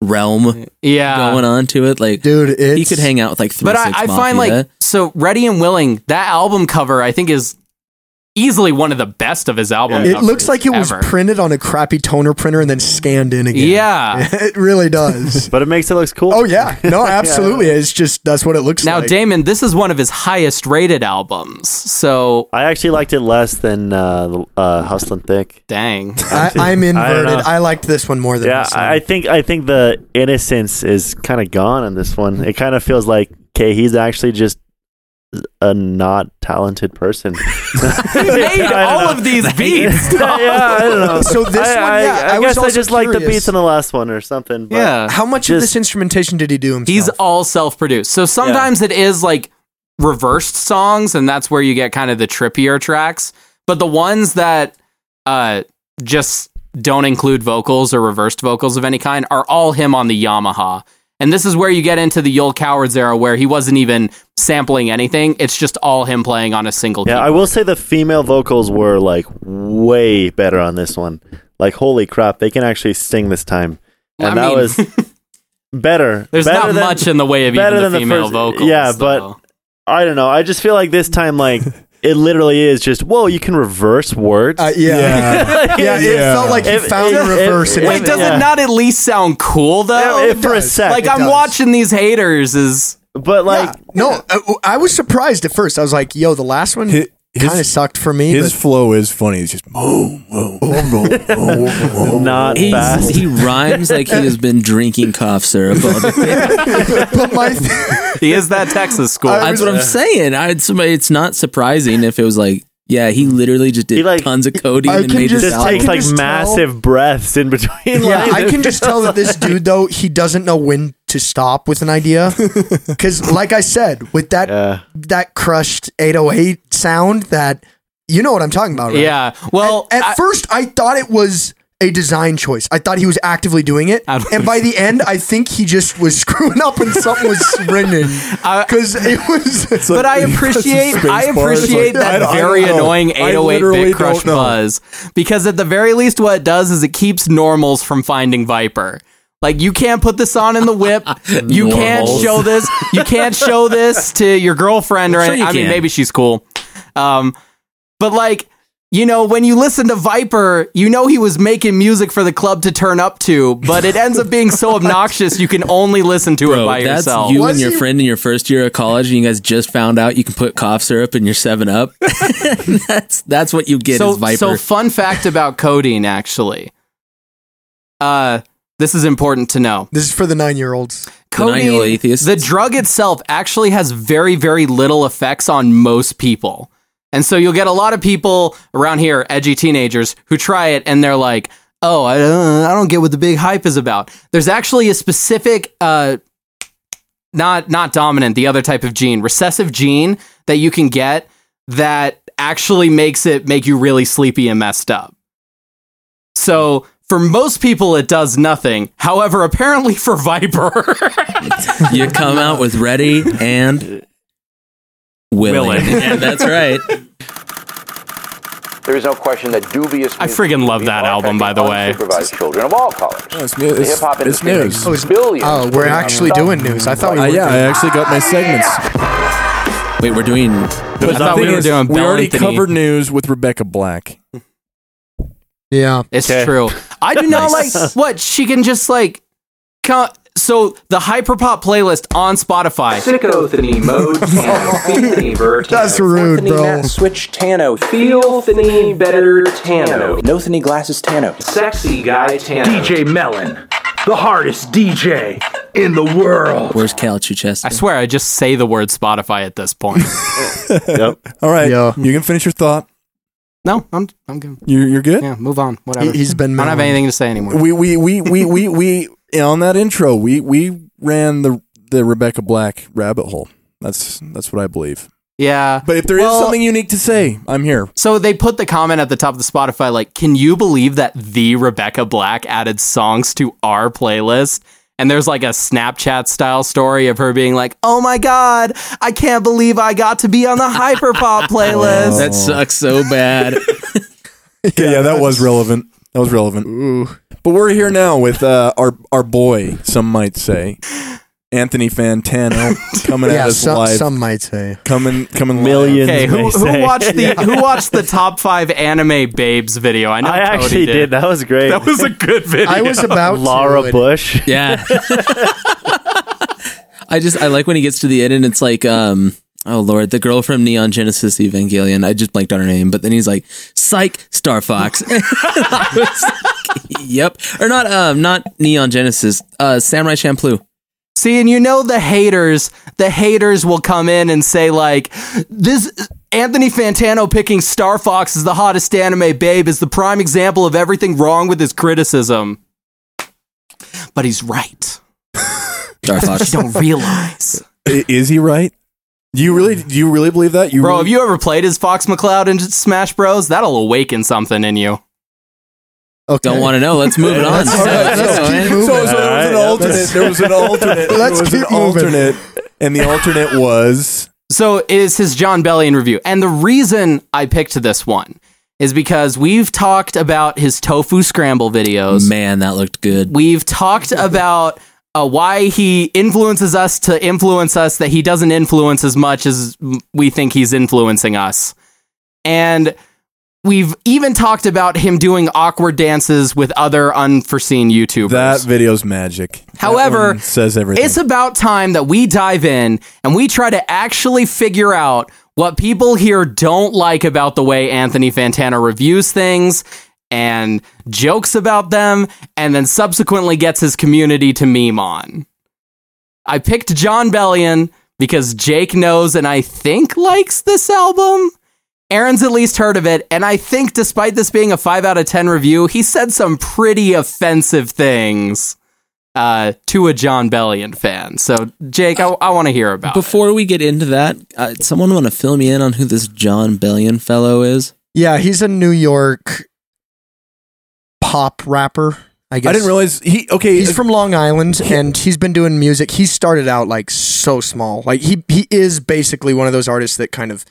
S3: realm
S4: yeah.
S3: going on to it. Like
S2: dude. It's,
S3: he could hang out with like three.
S4: but I, I find like so Ready and Willing that album cover I think is easily one of the best of his album.
S2: It
S4: covers
S2: looks like it was
S4: ever.
S2: printed on a crappy toner printer and then scanned in again.
S4: Yeah.
S2: it really does.
S5: But it makes it look cool.
S2: oh yeah, no, absolutely. It's just that's what it looks
S4: Now
S2: like.
S4: Damon, this is one of his highest rated albums. So
S5: I actually liked it less than uh, uh, Hustlin' Thick.
S4: dang.
S2: I, I'm inverted.
S5: know.
S2: I, liked this one more than
S5: Yeah,
S2: this one.
S5: I I think I think the innocence is kind of gone on this one. It kind of feels like okay, he's actually just a not talented person.
S4: He made
S5: I don't
S4: all
S5: know.
S4: of these beats.
S5: yeah, I don't know.
S2: So this
S5: I,
S2: one,
S5: I-
S2: yeah,
S5: I,
S2: I was
S5: guess I
S2: also
S5: just like the
S2: curious.
S5: beats in the last one or something. But
S4: yeah.
S2: How much of
S5: Uh, Just-
S2: this instrumentation did he do himself?
S4: He's all self produced. So sometimes it is like reversed songs, and that's where you get kind of the trippier tracks. But the ones that uh, just don't include vocals or reversed vocals of any kind are all him on the Yamaha. And this is where you get into the Yul Cowards era where he wasn't even sampling anything. It's just all him playing on a single
S5: Yeah, I will say the female vocals were like way better on this one. Like, holy crap, they can actually sing this time,
S4: I
S5: and that
S4: mean-
S5: was better.
S4: There's
S5: better
S4: not
S5: than-
S4: much in the way of
S5: better
S4: even
S5: than
S4: the
S5: the
S4: female
S5: first-
S4: vocals.
S5: yeah, but-
S4: though.
S5: I don't know. I just feel like this time, like it literally is just whoa. You can reverse words.
S2: Uh, yeah. yeah, It
S1: Yeah.
S2: felt like he
S5: If-
S2: found
S5: if-
S2: a reverse. in
S5: if-
S2: it.
S4: Wait, does
S5: yeah.
S4: it not at least sound cool though?
S5: If for a
S2: does.
S5: sec,
S4: like
S2: It
S4: I'm
S2: does.
S4: watching these haters is
S5: but like
S2: Yeah. no, uh, I, I was surprised at first. I was like, "Yo, the last one
S1: Hi- his-
S2: kind of sucked for me."
S1: His flow is funny. It's just boom, boom, boom, boom, boom,
S2: Oh,
S1: boom.
S5: not
S3: He's,
S5: fast.
S3: he rhymes like he has been drinking cough syrup. all day.
S2: but, but my th-
S4: he is that Texas school.
S3: That's what I'm saying. I, it's, it's not surprising if it was like, yeah, he literally just did
S5: He, like,
S3: tons of coding
S2: I
S3: and
S2: can
S3: made this
S5: Just
S2: I
S3: album.
S5: takes
S2: can
S5: like
S2: just tell-
S5: massive breaths in between.
S2: yeah, I
S5: lines.
S2: can just tell that this dude though he doesn't know when to stop with an idea because, like I said, with that
S5: Yeah.
S2: that crushed 808 sound, that you know what I'm talking about, right?
S4: yeah. Well,
S2: At
S4: I-
S2: first, I thought it was a design choice. I thought he was actively doing it,
S4: I don't-
S2: and by the end, I think he just was screwing up and something was ringing because it was.
S4: but I appreciate
S1: space
S4: I
S1: bar, it's
S4: appreciate
S1: like, I
S4: that
S1: don't- I
S4: very
S1: don't know.
S4: annoying
S1: I
S4: 808
S1: literally
S4: bit crush
S1: don't know.
S4: buzz because at the very least what it does is it keeps normals from finding Viper. Like you can't put this on in the whip. You can't
S3: Normals.
S4: show this. You can't show this to your girlfriend or
S3: Sure
S4: any-
S3: you
S4: I mean
S3: can.
S4: maybe she's cool. Um but like you know, when you listen to Viper, you know he was making music for the club to turn up to, but it ends up being so obnoxious you can only listen to it
S3: Bro,
S4: by
S3: that's
S4: yourself.
S3: you
S2: Was
S3: and your
S2: he-
S3: friend in your first year of college, and you guys just found out you can put cough syrup in your Seven Up. that's that's what you get is Viper.
S4: So, fun fact about codeine, actually. Uh, this is important to know.
S2: This is for the nine-year-olds.
S3: The nine-year-old
S4: Codeine,
S3: atheists.
S4: the drug itself, actually has very, very little effects on most people. And so you'll get a lot of people around here, edgy teenagers, who try it and they're like, oh, I don't, I don't get what the big hype is about. There's actually a specific uh, not not dominant, the other type of gene, recessive gene that you can get that actually makes it make you really sleepy and messed up. So for most people, it does nothing. However, apparently for Viper,
S3: you come out with ready and willing.
S4: Willing.
S3: Yeah, that's right.
S7: There is no question that dubious.
S4: I friggin' love that album, by the way.
S7: Supervised children of all colors.
S1: Yeah, Oh, it's new-
S7: The
S1: it's-
S7: hip-hop
S1: it's
S7: industry
S1: news.
S7: makes
S2: Oh, it's-
S7: billions
S2: oh, we're
S7: from
S2: actually
S7: stuff.
S2: doing news. I thought we
S1: Uh,
S2: were
S1: yeah, I
S2: doing-
S1: actually got my segments.
S3: Wait, we're doing.
S1: But the
S4: thought we
S1: thing
S4: were
S1: is,
S4: doing
S1: we already
S4: Bellantony.
S1: covered news with Rebecca Black.
S2: yeah.
S4: It's true. I do not like what she can just like. Come, so the hyperpop playlist on Spotify.
S8: Sycophony mode Tanothenny vert.
S2: That's rude,
S8: Orthony
S2: bro.
S8: mat Switch Tano. Theophany better Tano. Nothany glasses Tano. Sexy guy Tano. DJ Melon, the hardest DJ in the world.
S3: Where's Cal Chuchesta?
S4: I swear, I just say the word Spotify at this point.
S5: Yep.
S1: All right,
S2: Yeah.
S1: you can finish your thought.
S4: No, I'm I'm good.
S1: You're, you're good.
S4: Yeah, move on. Whatever.
S2: He- he's been
S4: I don't have
S2: mellow.
S4: anything to say anymore.
S1: We we we we we we on that intro. We we ran the the Rebecca Black rabbit hole. That's that's what I believe.
S4: Yeah.
S1: But if there is
S4: Well-
S1: something unique to say, I'm here.
S4: So they put the comment at the top of the Spotify like, "Can you believe that the Rebecca Black added songs to our playlist?" And there's like a Snapchat style story of her being like, "Oh my god, I can't believe I got to be on the Hyperpop playlist."
S3: That sucks so bad.
S1: Yeah, that was relevant. That was relevant. But we're here now with uh, our our boy, some might say, Anthony Fantano coming at
S2: yeah,
S1: us
S2: some,
S1: live,
S2: some might say.
S1: coming coming live.
S5: Millions.
S4: Okay,
S5: may
S4: who,
S5: say.
S4: who watched the who watched the top five anime babes video? I know
S5: I
S4: Cody
S5: actually did.
S4: did.
S5: That was great.
S4: That was a good video.
S2: I was about to,
S5: Laura
S2: and-
S5: Bush.
S3: Yeah. I just I like when he gets to the end and it's like um oh lord the girl from Neon Genesis Evangelion I just blanked on her name but then he's like psych Star Fox. I was like, yep or not um not Neon Genesis uh Samurai Champloo.
S4: See, and you know the haters, the haters will come in and say like, this Anthony Fantano picking Star Fox as the hottest anime babe is the prime example of everything wrong with his criticism. But he's right.
S3: Star
S4: You
S3: Fox.
S4: don't realize.
S1: I- Is he right? Do you really do you really believe that? You
S4: Bro,
S1: really-
S4: have you ever played as Fox McCloud in Smash Bros? That'll awaken something in you.
S2: Okay.
S3: Don't want to know. Let's move it on.
S2: All right, let's keep
S1: So,
S2: moving.
S1: so there was an
S5: Alright,
S1: alternate. There was an alternate.
S2: Let's
S1: there was an
S2: keep moving.
S1: alternate, and the alternate was
S4: So it is his John Bellion review. And the reason I picked this one is because we've talked about his tofu scramble videos.
S3: Oh, Man, that looked good.
S4: We've talked about uh, why he influences us to influence us that he doesn't influence as much as we think he's influencing us. And we've even talked about him doing awkward dances with other unforeseen YouTubers.
S1: that video's magic. That
S4: However,
S1: one says everything.
S4: It's about time that we dive in and we try to actually figure out what people here don't like about the way Anthony Fantana reviews things and jokes about them and then subsequently gets his community to meme on. I picked John Bellion because Jake knows and I think likes this album. Aaron's at least heard of it, and I think despite this being a 5 out of 10 review, he said some pretty offensive things uh, to a John Bellion fan. So, Jake,
S2: Uh,
S4: I, I want to hear about it.
S3: Before we get into that, uh, someone want to fill me in on who this John Bellion fellow is?
S2: Yeah, he's a New York pop rapper. I guess
S1: I didn't realize he. Okay,
S2: he's from Long Island and he's been doing music. He started out like so small. Like he he is basically one of those artists that kind of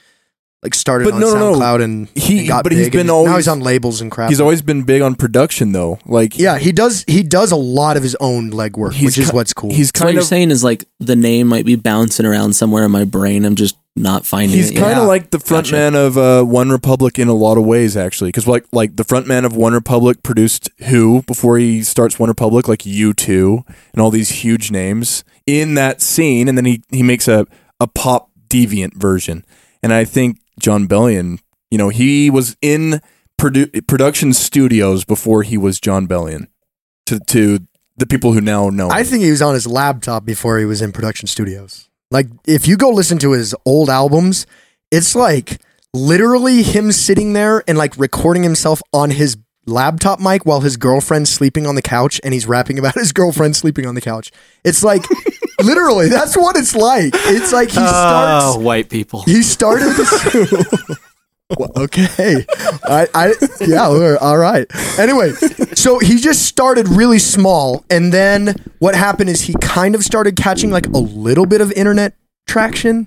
S2: like started
S1: But
S2: on
S1: no, no, no.
S2: SoundCloud and
S1: He-
S2: and got
S1: but he's
S2: big,
S1: been
S2: and now
S1: always-
S2: he's on labels and crap.
S1: he's always been big on production though. Like
S2: yeah, he does he does a lot of his own legwork,
S1: He's
S2: which is
S1: ki-
S2: what's cool.
S1: he's
S3: So what
S1: kind
S3: you're
S1: of
S3: saying is like the name might be bouncing around somewhere in my brain. I'm just not finding
S1: He's
S3: it.
S1: kind
S3: yet.
S1: of like the front
S3: Gotcha.
S1: man of uh, One Republic in a lot of ways, actually, because like like the front man of One Republic produced Who before he starts One Republic, like U two and all these huge names in that scene, and then he he makes a a pop deviant version, and I think John Bellion, you know, he was in produ- production studios before he was John Bellion to to the people who now know.
S2: I
S1: him.
S2: think he was on his laptop before he was in production studios. Like if you go listen to his old albums, it's like literally him sitting there and like recording himself on his laptop mic while his girlfriend's sleeping on the couch and he's rapping about his girlfriend sleeping on the couch. It's like literally that's what it's like. It's like he starts
S4: Oh, white people.
S2: he started this. Well, okay. I, I, yeah, we're- all right. Anyway, so he just started really small. And then what happened is he kind of started catching like a little bit of internet traction.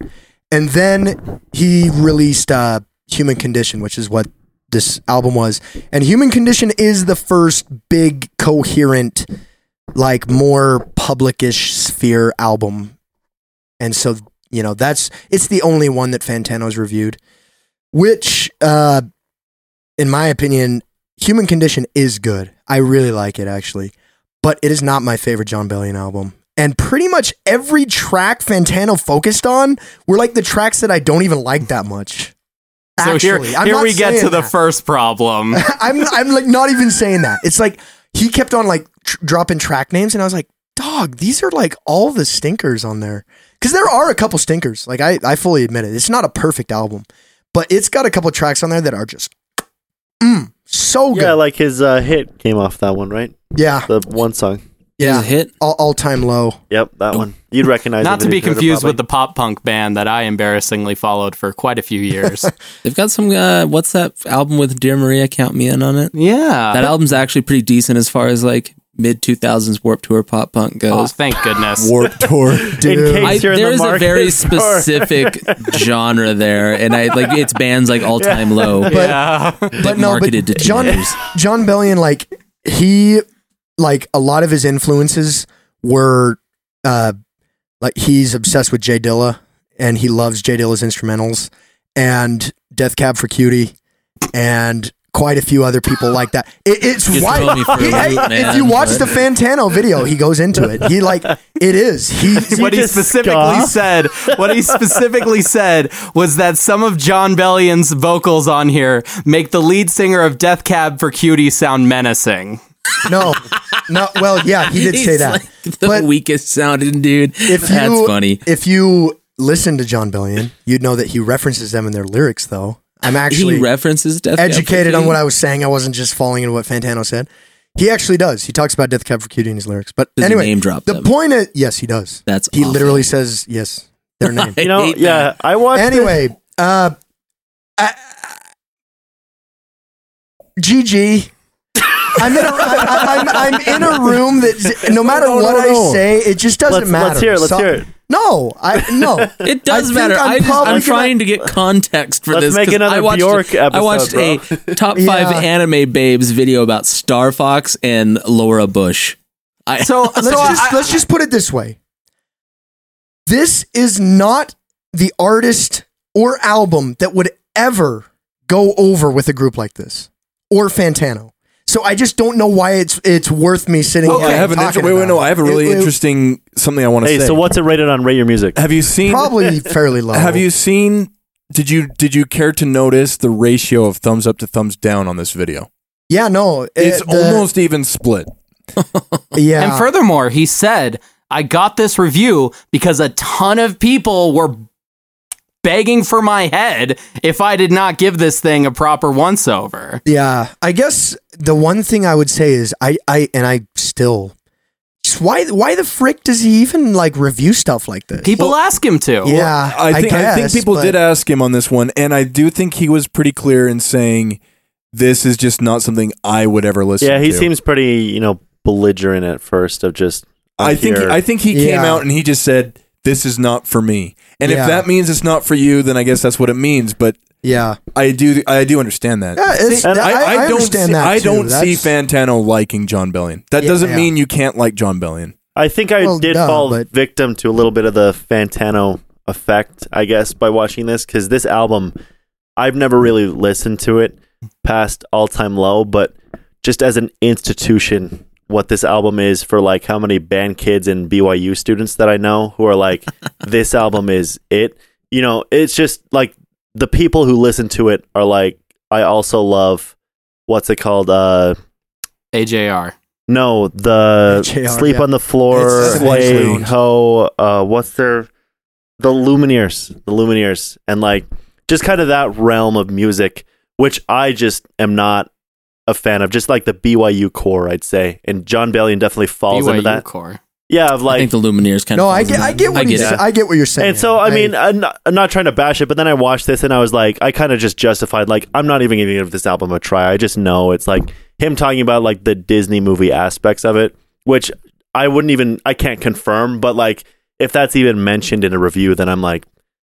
S2: And then he released uh, Human Condition, which is what this album was. And Human Condition is the first big, coherent, like more publicish sphere album and so you know that's it's the only one that Fantano's reviewed, which, uh, in my opinion, Human Condition is good. I really like it actually, but it is not my favorite John Bellion album. And pretty much every track Fantano focused on were like the tracks that I don't even like that much.
S4: So here,
S2: Actually, I'm
S4: here
S2: not
S4: we get
S2: saying
S4: to the
S2: that.
S4: first problem.
S2: I'm I'm like not even saying that. It's like he kept on like tr- dropping track names, and I was like, dog, these are like all the stinkers on there. Because there are a couple stinkers. Like I I fully admit it. It's not a perfect album, but it's got a couple tracks on there that are just mm, so
S5: Yeah,
S2: good.
S5: like his uh, hit came off that one, right?
S2: yeah.
S5: The one song.
S3: Yeah. hit.
S2: all, all time low.
S5: Yep, that one. You'd recognize
S4: Not
S5: it
S4: to
S5: if
S4: be
S5: you heard it,
S4: confused with the
S5: probably.
S4: pop punk band that I embarrassingly followed for quite a few years.
S3: They've got some. Uh, what's that album with Dear Maria? Count me in on it.
S4: yeah.
S2: Uh,
S3: That album's actually pretty decent as far as like mid two thousands warp tour pop punk
S4: oh,
S3: goes.
S2: Uh,
S4: thank goodness.
S1: Warp tour.
S5: In
S2: Dude.
S5: case
S3: I,
S5: you're in the
S3: there's a
S5: market
S3: very
S5: for-
S3: specific genre there, and I like it's bands like all time low, but,
S4: yeah.
S2: But Uh, no, but
S3: marketed to
S2: John
S3: teenagers.
S2: John Bellion, like he, like a lot of his influences were, uh, like he's obsessed with Jay Dilla and he loves Jay Dilla's instrumentals and Death Cab for Cutie and quite a few other people like that. It, it's
S3: Just
S2: why
S3: throw me for a
S2: He-
S3: loop,
S2: if
S3: man,
S2: you watch
S3: but-
S2: the Fantano video, he goes into it. He like it is he.
S4: what he
S5: just
S4: specifically
S5: scoff?
S4: said what he specifically said was that some of John Bellion's vocals on here make the lead singer of Death Cab for Cutie sound menacing.
S2: No, no. Well, yeah, he did
S3: He's
S2: say that.
S3: like the
S2: But-
S3: weakest sounding dude.
S2: if you,
S3: That's funny.
S2: If you listen to John Billion, you'd know that he references them in their lyrics, though. I'm actually
S3: he references Death Cab for
S2: educated on
S3: Cutie.
S2: what I was saying. I wasn't just falling into what Fantano said. He actually does. He talks about Death Cab for Cutie in his lyrics. But
S3: Does he
S2: anyway,
S3: name drop
S2: the
S3: them?
S2: point is, yes, he does.
S3: That's
S2: he
S3: awful.
S2: literally says yes, their name.
S3: I
S5: You know,
S3: hate
S5: yeah,
S3: that.
S5: I watched. Anyway,
S2: anyway, uh, I- GG. I'm in, a, I, am I'm in a room that no matter
S5: No, no,
S2: what
S5: no.
S2: I say, it just doesn't
S5: Let's-
S2: matter.
S5: let's hear it, let's hear it.
S2: No, I no.
S3: It does
S2: I think
S3: matter.
S2: I'm
S3: I just, I'm
S2: probably
S3: trying to get context for
S5: Let's
S3: this.
S5: make
S3: 'cause
S5: another
S3: I watched,
S5: Bjork
S3: I watched
S5: episode,
S3: a top
S2: Yeah.
S3: five anime babes video about Star Fox and Laura Bush. I,
S4: So,
S2: let's
S4: so
S2: just
S4: I,
S2: let's just put it this way. This is not the artist or album that would ever go over with a group like this or Fantano. So I just don't know why it's it's worth me sitting.
S1: Oh,
S2: here
S1: I have an
S2: and
S1: inter-
S2: talking
S1: wait, wait,
S2: about
S1: no,
S2: it.
S1: I have a really
S2: It- it-
S1: interesting something I want to
S5: hey,
S1: say.
S5: so what's it rated on? Rate your music.
S1: Have you seen?
S2: probably fairly low.
S1: Have you seen? Did you did you care to notice the ratio of thumbs up to thumbs down on this video?
S2: Yeah, no, it-
S1: It's
S2: Eh, the-
S1: almost even split.
S2: yeah.
S4: and furthermore, he said, I got this review because a ton of people were begging for my head if I did not give this thing a proper once over.
S2: Yeah, I guess the one thing I would say is I, I and I still just why why the frick does he even like review stuff like this?
S4: People ask him to.
S2: yeah,
S1: I think I,
S2: guess,
S1: think people
S2: but-
S1: did ask him on this one, and I do think he was pretty clear in saying this is just not something I would ever listen.
S5: yeah, he
S1: to.
S5: seems pretty, you know, belligerent at first of just.
S1: I think
S5: here.
S1: I think he came
S2: Yeah.
S1: out and he just said this is not for me. And
S2: Yeah.
S1: if that means it's not for you, then I guess that's what it means. But
S2: Yeah,
S1: I do I do understand that.
S2: yeah it's,
S5: And
S2: I, I,
S1: don't
S2: understand
S1: see,
S2: that.
S1: I
S2: too.
S1: don't see
S2: That's-
S1: Fantano liking John Bellion. That
S2: Yeah,
S1: doesn't
S2: yeah.
S1: mean you can't like John Bellion.
S5: I think I
S2: Well,
S5: did
S2: duh,
S5: fall
S2: but-
S5: victim to a little bit of the Fantano effect, I guess, by watching this because this album, I've never really listened to it past all time low, but just as an institution, what this album is for like how many band kids and BYU students that I know who are like, this album is it. You know, it's just like the people who listen to it are like, I also love what's it called? Uh,
S4: AJR.
S5: no, the
S2: JR,
S5: sleep
S2: yeah.
S5: on the floor.
S2: It's
S1: Sledge
S5: Hey
S1: Lounge.
S5: ho, uh, what's their the Lumineers, the Lumineers, and like just kind of that realm of music, which I just am not a fan of. Just like the BYU core, I'd say, and John Bellion definitely falls into
S4: BYU
S5: that.
S4: core.
S5: Yeah, of
S3: I think
S5: like.
S3: the Lumineers kind
S2: No,
S3: of.
S2: I get I get what
S3: I
S2: he's-
S3: get it.
S2: I get what you're saying.
S5: And so, I mean, I'm not, I'm not trying to bash it, but then I watched this and I was like, I kind of just justified, like, I'm not even giving this album a try. I just know it's like him talking about like the Disney movie aspects of it, which I wouldn't even, I can't confirm, but like, if that's even mentioned in a review, then I'm like,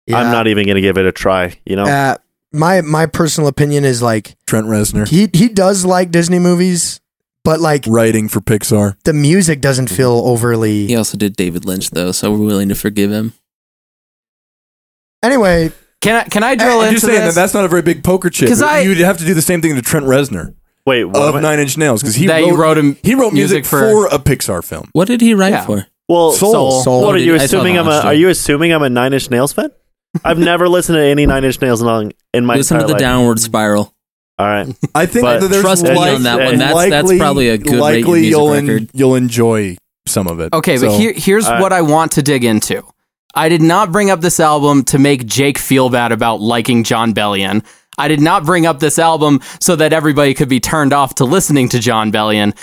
S5: I'm
S2: yeah.
S5: not even going to give it a try, you know?
S2: Uh, my my personal opinion is like
S1: Trent Reznor
S2: he he does like Disney movies, but like
S1: writing for Pixar.
S2: the music doesn't feel overly.
S3: He also did David Lynch though, so we're willing to forgive him.
S2: Anyway,
S4: Can I, can I drill
S1: I'm
S4: into
S1: just saying
S4: this?
S1: that that's not a very big poker chip.
S4: 'Cause I-
S1: You'd have to do the same thing to Trent Reznor
S5: Wait, what?
S1: of
S5: am I-
S1: Nine Inch Nails because he
S4: That you
S1: wrote,
S4: wrote him
S1: he wrote music,
S4: music
S1: for
S4: for-
S1: a Pixar film.
S3: What did he write
S4: Yeah.
S3: for?
S5: well,
S1: Soul.
S5: Soul.
S2: Soul.
S5: What are you
S3: I saw
S5: assuming?
S3: that
S5: I'm a,
S3: last
S5: are
S3: year.
S5: you assuming I'm a Nine Inch Nails fan? I've never listened to any Nine Inch Nails song in my
S3: Listen to
S5: entire
S3: the
S5: life.
S3: downward spiral.
S5: All right.
S1: I think
S5: But
S1: that there's
S3: trust me
S1: like-
S5: on that one.
S3: That's- that's
S1: likely-
S3: probably a good rate
S1: likely
S3: music
S1: you'll en-
S3: record.
S1: you'll enjoy some of it.
S4: Okay, but
S1: So-
S4: here, here's
S5: All right.
S4: what I want to dig into. I did not bring up this album to make Jake feel bad about liking John Bellion. I did not bring up this album so that everybody could be turned off to listening to John Bellion.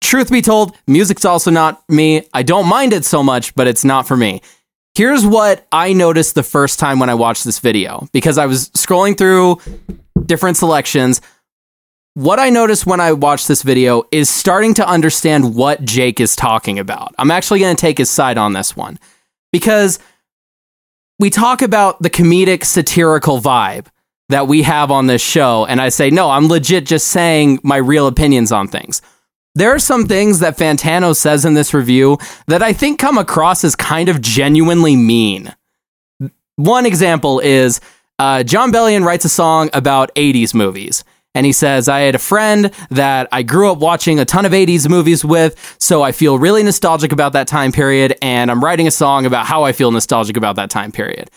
S4: Truth be told, music's also not me. I don't mind it so much, but it's not for me. Here's what I noticed the first time when I watched this video because I was scrolling through different selections. What I noticed when I watched this video is starting to understand what Jake is talking about. I'm actually going to take his side on this one because we talk about the comedic satirical vibe that we have on this show and I say no, I'm legit just saying my real opinions on things. There are some things that Fantano says in this review that I think come across as kind of genuinely mean. One example is uh, John Bellion writes a song about 80s movies. And he says, I had a friend that I grew up watching a ton of 80s movies with, so I feel really nostalgic about that time period, and I'm writing a song about how I feel nostalgic about that time period.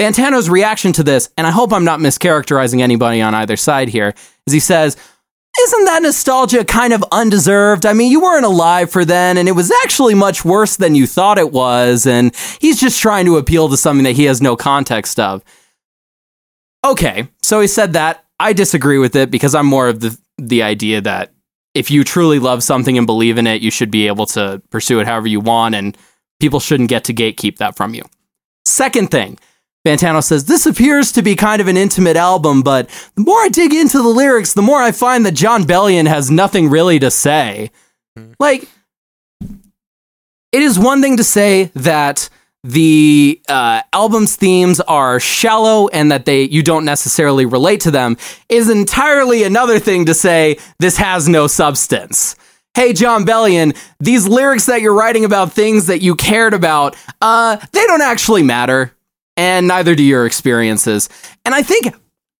S4: Fantano's reaction to this, and I hope I'm not mischaracterizing anybody on either side here, is he says, isn't that nostalgia kind of undeserved? I mean, you weren't alive for then, and it was actually much worse than you thought it was, and he's just trying to appeal to something that he has no context of. Okay, so he said that. I disagree with it because I'm more of the the idea that if you truly love something and believe in it, you should be able to pursue it however you want, and people shouldn't get to gatekeep that from you. Second thing, Fantano says, This appears to be kind of an intimate album, but the more I dig into the lyrics, the more I find that John Bellion has nothing really to say. Like, it is one thing to say that the uh, album's themes are shallow and that they you don't necessarily relate to them It is entirely another thing to say this has no substance hey john bellion these lyrics that you're writing about things that you cared about uh, they don't actually matter and neither do your experiences. And I think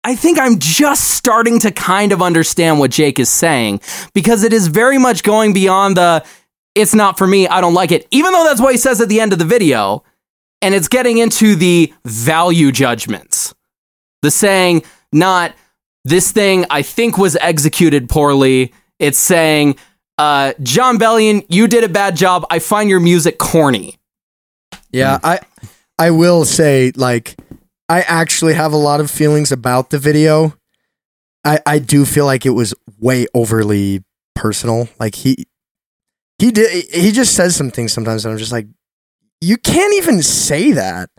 S4: I think I'm just starting to kind of understand what Jake is saying because it is very much going beyond the it's not for me, I don't like it. Even though that's what he says at the end of the video, and it's getting into the value judgments. The saying not this thing I think was executed poorly. It's saying uh, John Bellion, you did a bad job. I find your music corny.
S2: Yeah, I I will say like I actually have a lot of feelings about the video. I I do feel like it was way overly personal. Like he he did he just says some things sometimes and I'm just like you can't even say that.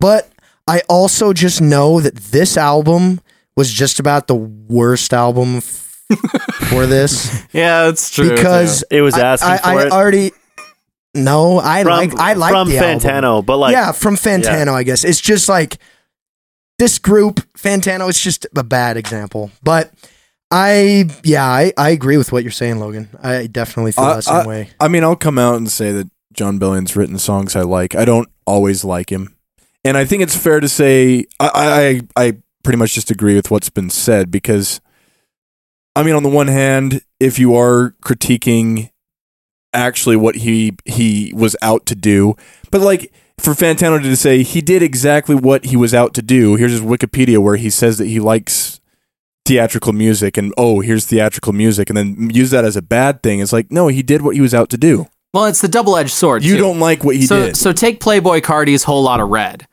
S2: But I also just know that this album was just about the worst album f- for this
S4: Yeah, that's
S2: because
S5: It was asking
S2: I, I,
S5: for
S2: I
S5: it.
S2: already no, I
S5: from,
S2: like I like
S5: from
S2: the album
S5: Fantano, but like
S2: yeah, from Fantano, I guess. It's just like this group, Fantano, it's just a bad example. But I, yeah, I, I agree with what you're saying, Logan. I definitely feel
S1: I,
S2: that same
S1: I-
S2: way.
S1: I mean, I'll come out and say that John Billion's written songs I like. I don't always like him, and I think it's fair to say I I, I pretty much just agree with what's been said because, I mean, on the one hand, if you are critiquing actually what he he was out to do, but like. For Fantano to say he did exactly what he was out to do. Here's his Wikipedia where he says that he likes theatrical music and oh here's theatrical music and then use that as a bad thing it's like no he did what he was out to do
S4: Well, it's the double-edged sword.
S1: you
S4: too.
S1: don't like what he
S4: so,
S1: did
S4: So take Playboy Cardi's Whole Lot of Red,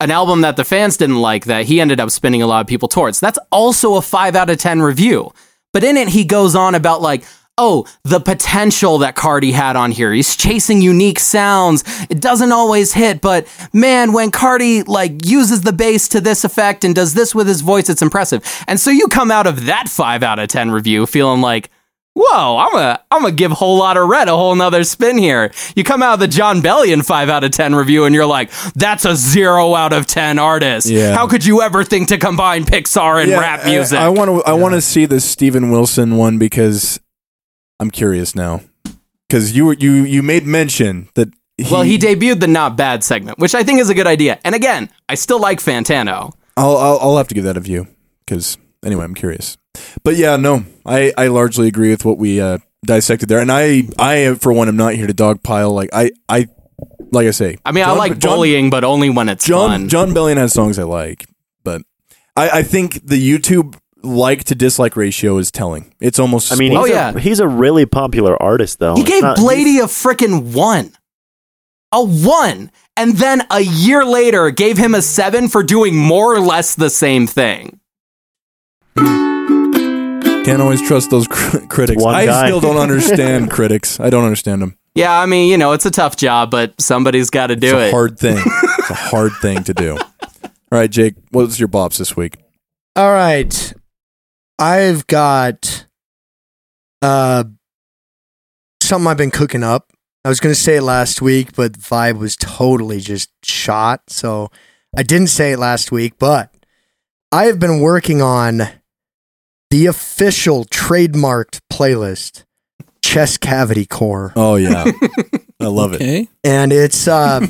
S4: an album that the fans didn't like that he ended up spinning a lot of people towards. That's also a 5 out of 10 review. But in it, he goes on about like, oh, the potential that Cardi had on here. He's chasing unique sounds. It doesn't always hit, but man, when Cardi like uses the bass to this effect and does this with his voice, it's impressive. And so you come out of that 5 out of 10 review feeling like, whoa, I'm a I'm gonna give whole lot of red a whole nother spin here. You come out of the John Bellion five out of ten review and you're like, that's a zero out of ten artist.
S1: Yeah.
S4: How could you ever think to combine Pixar and
S1: Yeah,
S4: rap
S1: I-
S4: music?
S1: i want to i want to see the steven wilson one because i'm curious now because you were you you made mention that he,
S4: well, he debuted the not bad segment, which I think is a good idea. And again, I still like Fantano.
S1: I'll, I'll i'll have to give that a view because anyway i'm curious but yeah no i i largely agree with what we uh dissected there and i i for one am not here to dogpile like i i like i say
S4: I mean, I
S1: John-
S4: like
S1: John-
S4: bullying, but only when it's
S1: John
S4: fun.
S1: John Bellion has songs I like, but I, I think the YouTube like to dislike ratio is telling. It's almost
S5: I mean,
S1: split.
S4: Oh,
S5: he's,
S4: yeah.
S5: a, he's a really popular artist, though.
S4: He
S5: It's
S4: gave
S5: not-
S4: Blady a freaking one. A one. And then a year later gave him a seven for doing more or less the same thing.
S1: Can't always trust those cr- critics.
S5: one
S1: I
S5: guy.
S1: still don't understand critics. I don't understand them.
S4: Yeah, I mean, you know, it's a tough job, but somebody's got to
S1: It's
S4: do
S1: a
S4: it.
S1: hard thing. It's a hard thing to do. All right, Jake, what's your bops this week?
S2: All right. I've got uh something I've been cooking up. I was going to say it last week, but vibe was totally just shot. So I didn't say it last week, but I have been working on the official trademarked playlist, Chest Cavity Core.
S1: Oh yeah, I love it.
S3: Okay.
S2: and it's uh,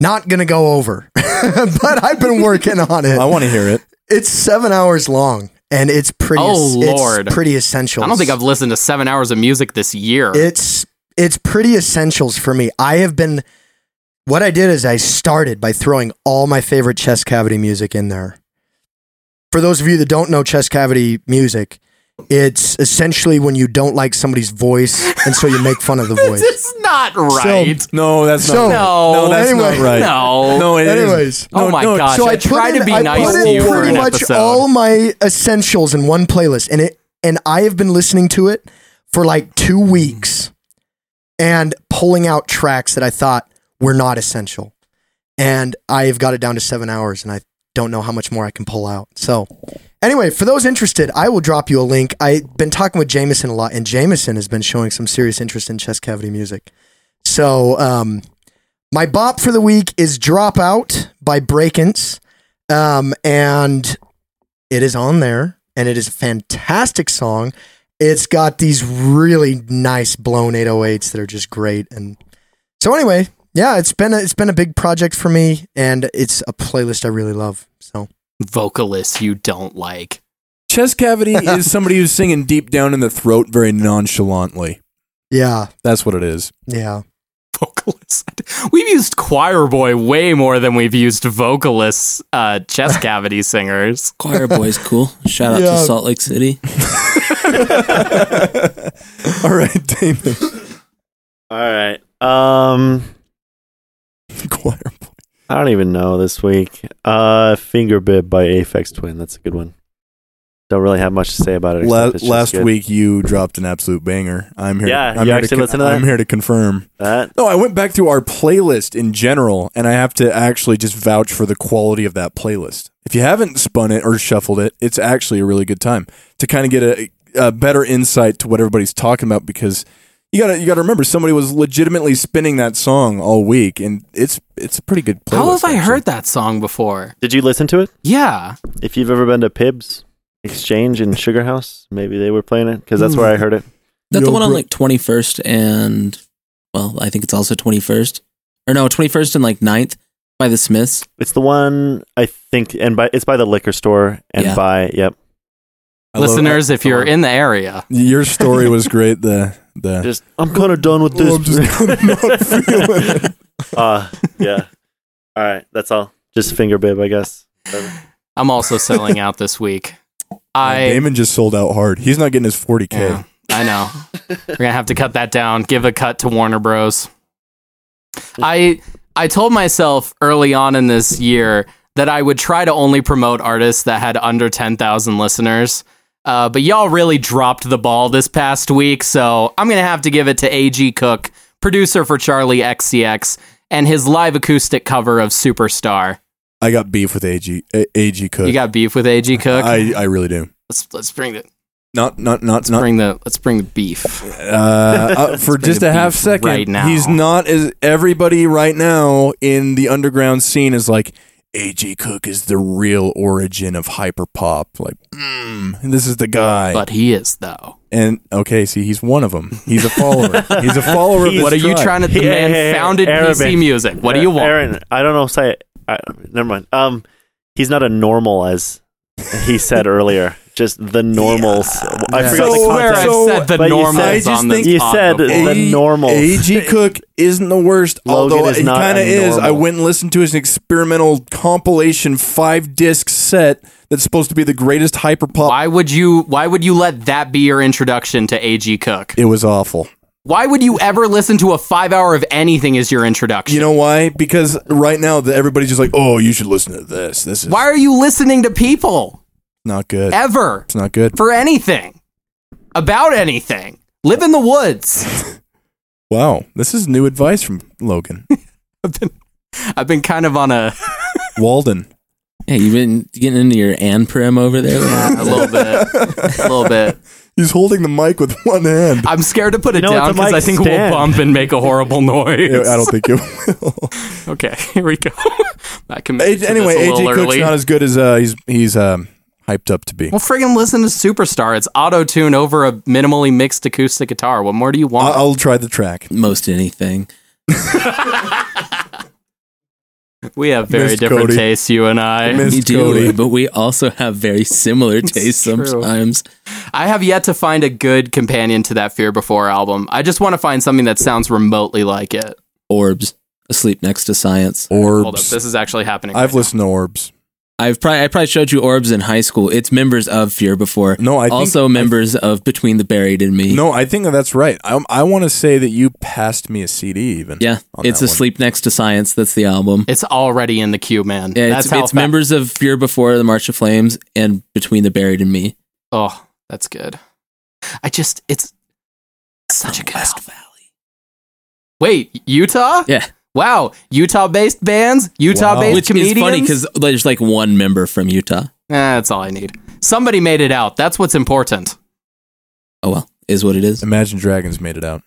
S2: not going to go over, but I've been working on it.
S1: I want to hear it.
S2: It's seven hours long, and it's pretty.
S4: Oh,
S2: it's
S4: Lord.
S2: pretty essential.
S4: I don't think I've listened to seven hours of music this year.
S2: It's it's pretty essentials for me. I have been. What I did is I started by throwing all my favorite chest cavity music in there. For those of you that don't know chest cavity music, it's essentially when you don't like somebody's voice, and so you make fun of the voice.
S4: it's not right.
S1: No, that's not.
S2: So-
S4: no,
S1: No, that's
S2: anyway.
S1: not right.
S4: no.
S1: No, it isn't.
S2: Anyways.
S1: No,
S4: oh my
S1: no,
S4: gosh!
S2: so
S4: I,
S2: I, put
S4: tried
S2: in,
S4: to be
S2: I
S4: nice
S2: put in
S4: to you for
S2: pretty
S4: an
S2: much
S4: episode.
S2: all my essentials in one playlist, and it and I have been listening to it for like two weeks, and pulling out tracks that I thought were not essential, and I've got it down to seven hours, and I don't know how much more I can pull out. So, anyway, for those interested, I will drop you a link. I've been talking with Jameson a lot, and Jameson has been showing some serious interest in chest cavity music. So, um, my bop for the week is Dropout by Breakance. Um, and it is on there, and it is a fantastic song. It's got these really nice blown 808s that are just great. And so anyway, yeah, it's been a, it's been a big project for me, and it's a playlist I really love. So
S4: vocalists you don't like.
S1: Chest cavity is somebody who's singing deep down in the throat very nonchalantly.
S2: yeah,
S1: That's what it is.
S2: yeah,
S4: Vocalists. We've used choir boy way more than we've used vocalists, uh, chest cavity singers.
S3: Choir boys, cool. Shout out
S2: Yeah.
S3: to Salt Lake City.
S1: All right, Damon.
S5: All right. Um,
S1: Choir boy.
S5: I don't even know this week. Uh, Finger Bib by Aphex Twin. That's a good one. Don't really have much to say about it. except
S1: La-
S5: it's just
S1: last
S5: good.
S1: week you dropped an absolute banger. I'm here.
S5: Yeah,
S1: to, I'm
S5: you
S1: here
S5: actually
S1: to,
S5: listened to that?
S1: I'm here to confirm.
S5: That
S1: No, I went back to our playlist in general, and I have to actually just vouch for the quality of that playlist. If you haven't spun it or shuffled it, it's actually a really good time to kind of get a, a better insight to what everybody's talking about because you gotta you gotta remember somebody was legitimately spinning that song all week, and it's it's a pretty good playlist.
S4: How have I
S1: actually.
S4: heard that song before?
S5: did you listen to it?
S4: Yeah.
S5: If you've ever been to Pibbs Exchange in Sugar House, maybe they were playing it because that's where
S1: Mm.
S5: I heard it.
S3: That's the
S1: Yo,
S3: one on
S1: bro-
S3: like 21st and, well, I think it's also 21st. Or no, 21st and like 9th by the Smiths.
S5: It's the one I think, and by it's by the liquor store and
S3: Yeah.
S5: by yep.
S1: I love-
S4: Listeners, if you're in the area,
S1: your story was great. The the
S5: Just I'm kind of done with this.
S1: Oh, I'm just kinda not feeling it.
S5: uh, yeah. All right, that's all. Just Finger Bib, I guess.
S4: I'm also selling out this week. I
S1: Damon just sold out hard. He's not getting his 40k.
S4: Yeah, I know. We're gonna have to cut that down. Give a cut to Warner Bros. I I told myself early on in this year that I would try to only promote artists that had under ten thousand listeners. Uh, but y'all really dropped the ball this past week, so I'm gonna have to give it to A.G. Cook, producer for Charlie XCX, and his live acoustic cover of Superstar.
S1: I got beef with AG A- AG Cook.
S4: You got beef with A.G. Cook?
S1: I I really do.
S4: let's let's bring the
S1: Not not not not
S4: bring the let's bring the beef.
S1: uh, uh, for just a half
S4: beef
S1: second.
S4: right now.
S1: He's not as everybody right now in the underground scene is like AG Cook is the real origin of hyperpop. Like, mm, this is the guy.
S4: But he is though.
S1: and okay, see, he's one of them. He's a follower. he's a follower. of
S4: What are you trying to? The
S5: Yeah,
S4: man
S5: yeah, yeah.
S4: founded
S5: Arabic.
S4: PC Music. What do you want?
S5: Aaron? I don't know. Say, I, never mind. Um, he's not a normal as he said earlier. Just the normals. I
S1: Yeah.
S5: forgot
S1: So
S5: the
S1: where
S5: context.
S1: I
S4: I've said the
S5: but you
S4: normal
S5: said-
S4: is
S1: I just
S4: on this
S1: think-
S5: you
S4: pod
S5: said
S4: before.
S5: the normal.
S1: AG Cook isn't the worst,
S5: Logan
S1: although
S5: is
S1: he
S5: not
S1: kind of
S5: a
S1: is. I
S5: normal.
S1: went and listened to his experimental compilation five disc set that's supposed to be the greatest hyperpop.
S4: Why would you? Why would you let that be your introduction to A.G. Cook?
S1: It was awful.
S4: Why would you ever listen to a five hour of anything as your introduction?
S1: You know why? Because right now the, everybody's just like, "Oh, you should listen to this. This is
S4: why are you listening to people?
S1: Not good.
S4: ever
S1: It's not good.
S4: for anything about anything. Live in the woods.
S1: Wow, this is new advice from Logan
S4: I've been kind of on a,
S1: Walden.
S3: Yeah, you've been getting into your and prim over there.
S4: a little bit, a little bit.
S1: He's holding the mic with one hand.
S4: I'm scared to put it
S5: You know what,
S4: down
S5: the
S4: because I
S5: mics
S4: think
S5: stand.
S4: we'll bump and make a horrible noise.
S1: I don't think it will.
S4: okay, here we go. I can
S1: A- anyway, AJ Cook's not as good as uh, he's he's um, hyped up to be.
S4: well, friggin' listen to Superstar. It's auto tune over a minimally mixed acoustic guitar. What more do you
S1: I-
S4: want?
S1: I'll try the track.
S3: Most anything.
S4: we have very
S1: Miss
S4: different
S1: Cody.
S4: tastes, you and I.
S1: Miss
S3: We
S1: Cody.
S3: do, but we also have very similar tastes
S4: true.
S3: sometimes.
S4: I have yet to find a good companion to that Fear Before album. I just want to find something that sounds remotely like it.
S3: Orbs asleep next to science.
S4: Hold up,
S1: Orbs.
S4: this is actually happening.
S1: I've listened to Orbs.
S3: I've probably I probably showed you Orbs in high school. It's members of Fear before.
S1: No, I think-
S3: also members of Between the Buried and Me.
S1: No, I think that's right. I, I want to say that you passed me a CD even.
S3: yeah,
S1: on
S3: it's
S1: that one.
S3: Asleep Next to Science. That's the album.
S4: It's already in the queue, man.
S3: Yeah,
S4: that's
S3: it's
S4: how
S3: it's
S4: fa-
S3: members of Fear Before, The March of Flames, and Between the Buried and Me.
S4: Oh, that's good. I just it's such a good album.
S3: Valley.
S4: Wait, Utah?
S3: Yeah,
S4: Wow, Utah-based bands, Utah-based
S3: which
S4: comedians.
S3: is funny because there's like one member from Utah.
S4: Eh, that's all I need. Somebody made it out. That's what's important.
S3: Oh well, is what it is.
S1: Imagine Dragons made it out.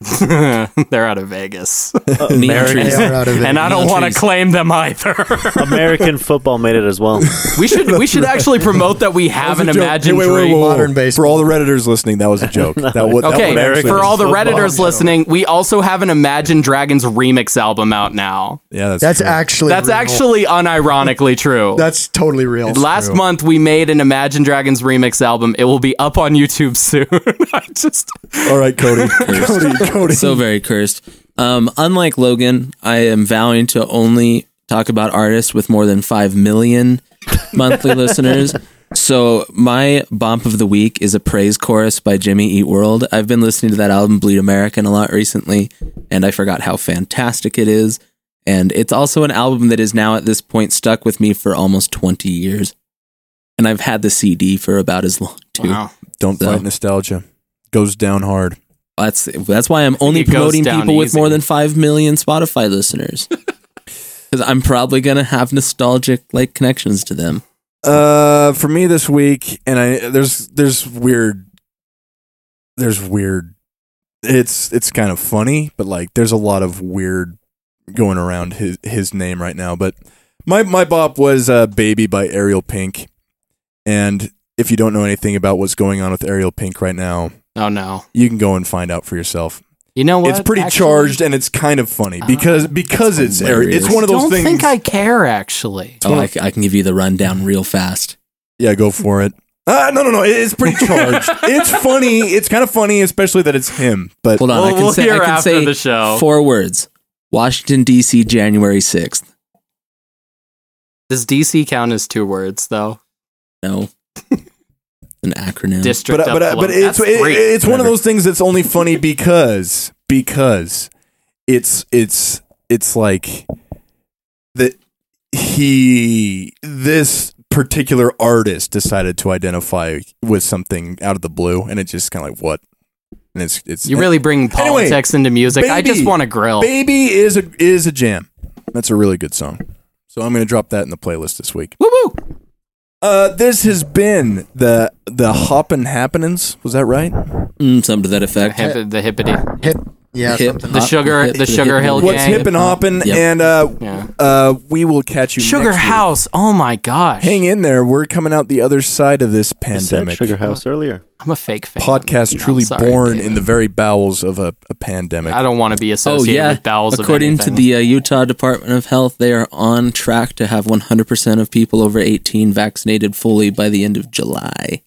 S4: They're out of Vegas,
S1: Uh,
S3: Neon
S5: American-
S3: trees.
S2: They are out of it.
S4: and I don't
S3: Neon
S4: want to
S3: trees.
S4: claim them either.
S5: American football made it as well.
S4: we should we should actually promote that we have an
S1: That was a joke.
S4: Imagine
S1: Hey, wait, wait, wait,
S4: Drake-
S1: wait.
S2: Modern baseball.
S1: For all the redditors listening, that was a joke. That wa- that
S4: Okay,
S1: would actually-
S4: for all the
S5: football
S4: redditors
S5: show.
S4: listening, we also have an Imagine Dragons remix album out now.
S1: yeah, that's
S2: That's
S1: true.
S2: actually
S4: That's
S2: real.
S4: actually unironically true.
S2: that's totally real.
S4: Last month we made an Imagine Dragons remix album. It will be up on YouTube soon. I just
S1: all right, Cody. Cody, Cody.
S3: so very cursed. Um, unlike Logan, I am vowing to only talk about artists with more than five million monthly listeners. So my bump of the week is a praise chorus by Jimmy Eat World. I've been listening to that album Bleed American a lot recently, and I forgot how fantastic it is. And it's also an album that is now at this point stuck with me for almost twenty years, and I've had the CD for about as long too.
S1: Don't
S3: So-
S1: fight
S4: uh,
S1: nostalgia. Goes down hard.
S3: That's that's why I'm only
S4: it goes
S3: promoting
S4: down
S3: people with
S4: easy.
S3: more than five million Spotify listeners. Because I'm probably gonna have nostalgic like connections to them.
S1: Uh, for me this week, and I there's there's weird, there's weird. It's it's kind of funny, but like there's a lot of weird going around his his name right now. But my my bop was uh, "Baby" by Ariel Pink, and if you don't know anything about what's going on with Ariel Pink right now,
S4: Oh no.
S1: you can go and find out for yourself.
S4: You know what?
S1: it's pretty
S4: Actually, Uh,
S1: charged and it's kind of funny because because it's Ari- it's
S3: hilarious.
S1: one of those
S4: Don't
S1: things.
S4: think I care actually.
S3: Oh, I, c- I can give you the rundown real fast.
S1: Yeah, go for it. Uh, no, no, no. it- It's pretty charged. it's funny. It's kind of funny, especially that it's him. But
S3: Hold on,
S4: Well,
S3: I can
S4: we'll
S3: say
S4: hear
S3: I can
S4: after
S3: say
S4: the show.
S3: four words: Washington D.C. January sixth.
S4: Does DC count as two words though?
S3: No, an acronym.
S4: District
S1: but
S4: of
S1: but uh, but
S4: Columbus.
S1: it's
S4: That's
S1: it,
S4: three.
S1: it's one of
S3: Whatever.
S1: those things that's only funny because because it's it's it's like that he this particular artist decided to identify with something out of the blue, and it's just kind of like what, and it's it's
S4: you really bring politics into music. I
S1: Baby.
S4: just want to grill.
S1: Baby is a is a jam. That's a really good song. So I'm gonna drop that in the playlist this week.
S4: Woo woo.
S1: Uh, this has been the the hoppin' happenings. Was that right?
S3: Mm, something to that effect.
S4: Hip, the hippity.
S2: Hip. Yeah.
S3: Hip
S2: something.
S4: The
S3: hop,
S4: sugar-
S3: hip-
S4: the sugar hill
S3: hop.
S1: What's
S4: gang.
S1: hip and hoppin'?
S3: Yep.
S1: And uh,
S4: Yeah.
S1: uh, we will catch you.
S4: Sugar
S1: next week.
S4: House. Oh my gosh.
S1: Hang in there. We're coming out the other side of this
S5: I said
S1: pandemic.
S5: Sugar House earlier.
S4: I'm a fake fan.
S1: Podcast
S4: No, I'm
S1: truly
S4: sorry,
S1: born
S4: David.
S1: in the very bowels of a, a pandemic.
S4: I don't want to be
S3: Oh
S4: associated
S3: yeah!
S4: with bowels
S3: According
S4: of
S3: to
S4: anything.
S3: the uh, Utah Department of Health, they are on track to have 100% of people over 18 vaccinated fully by the end of July.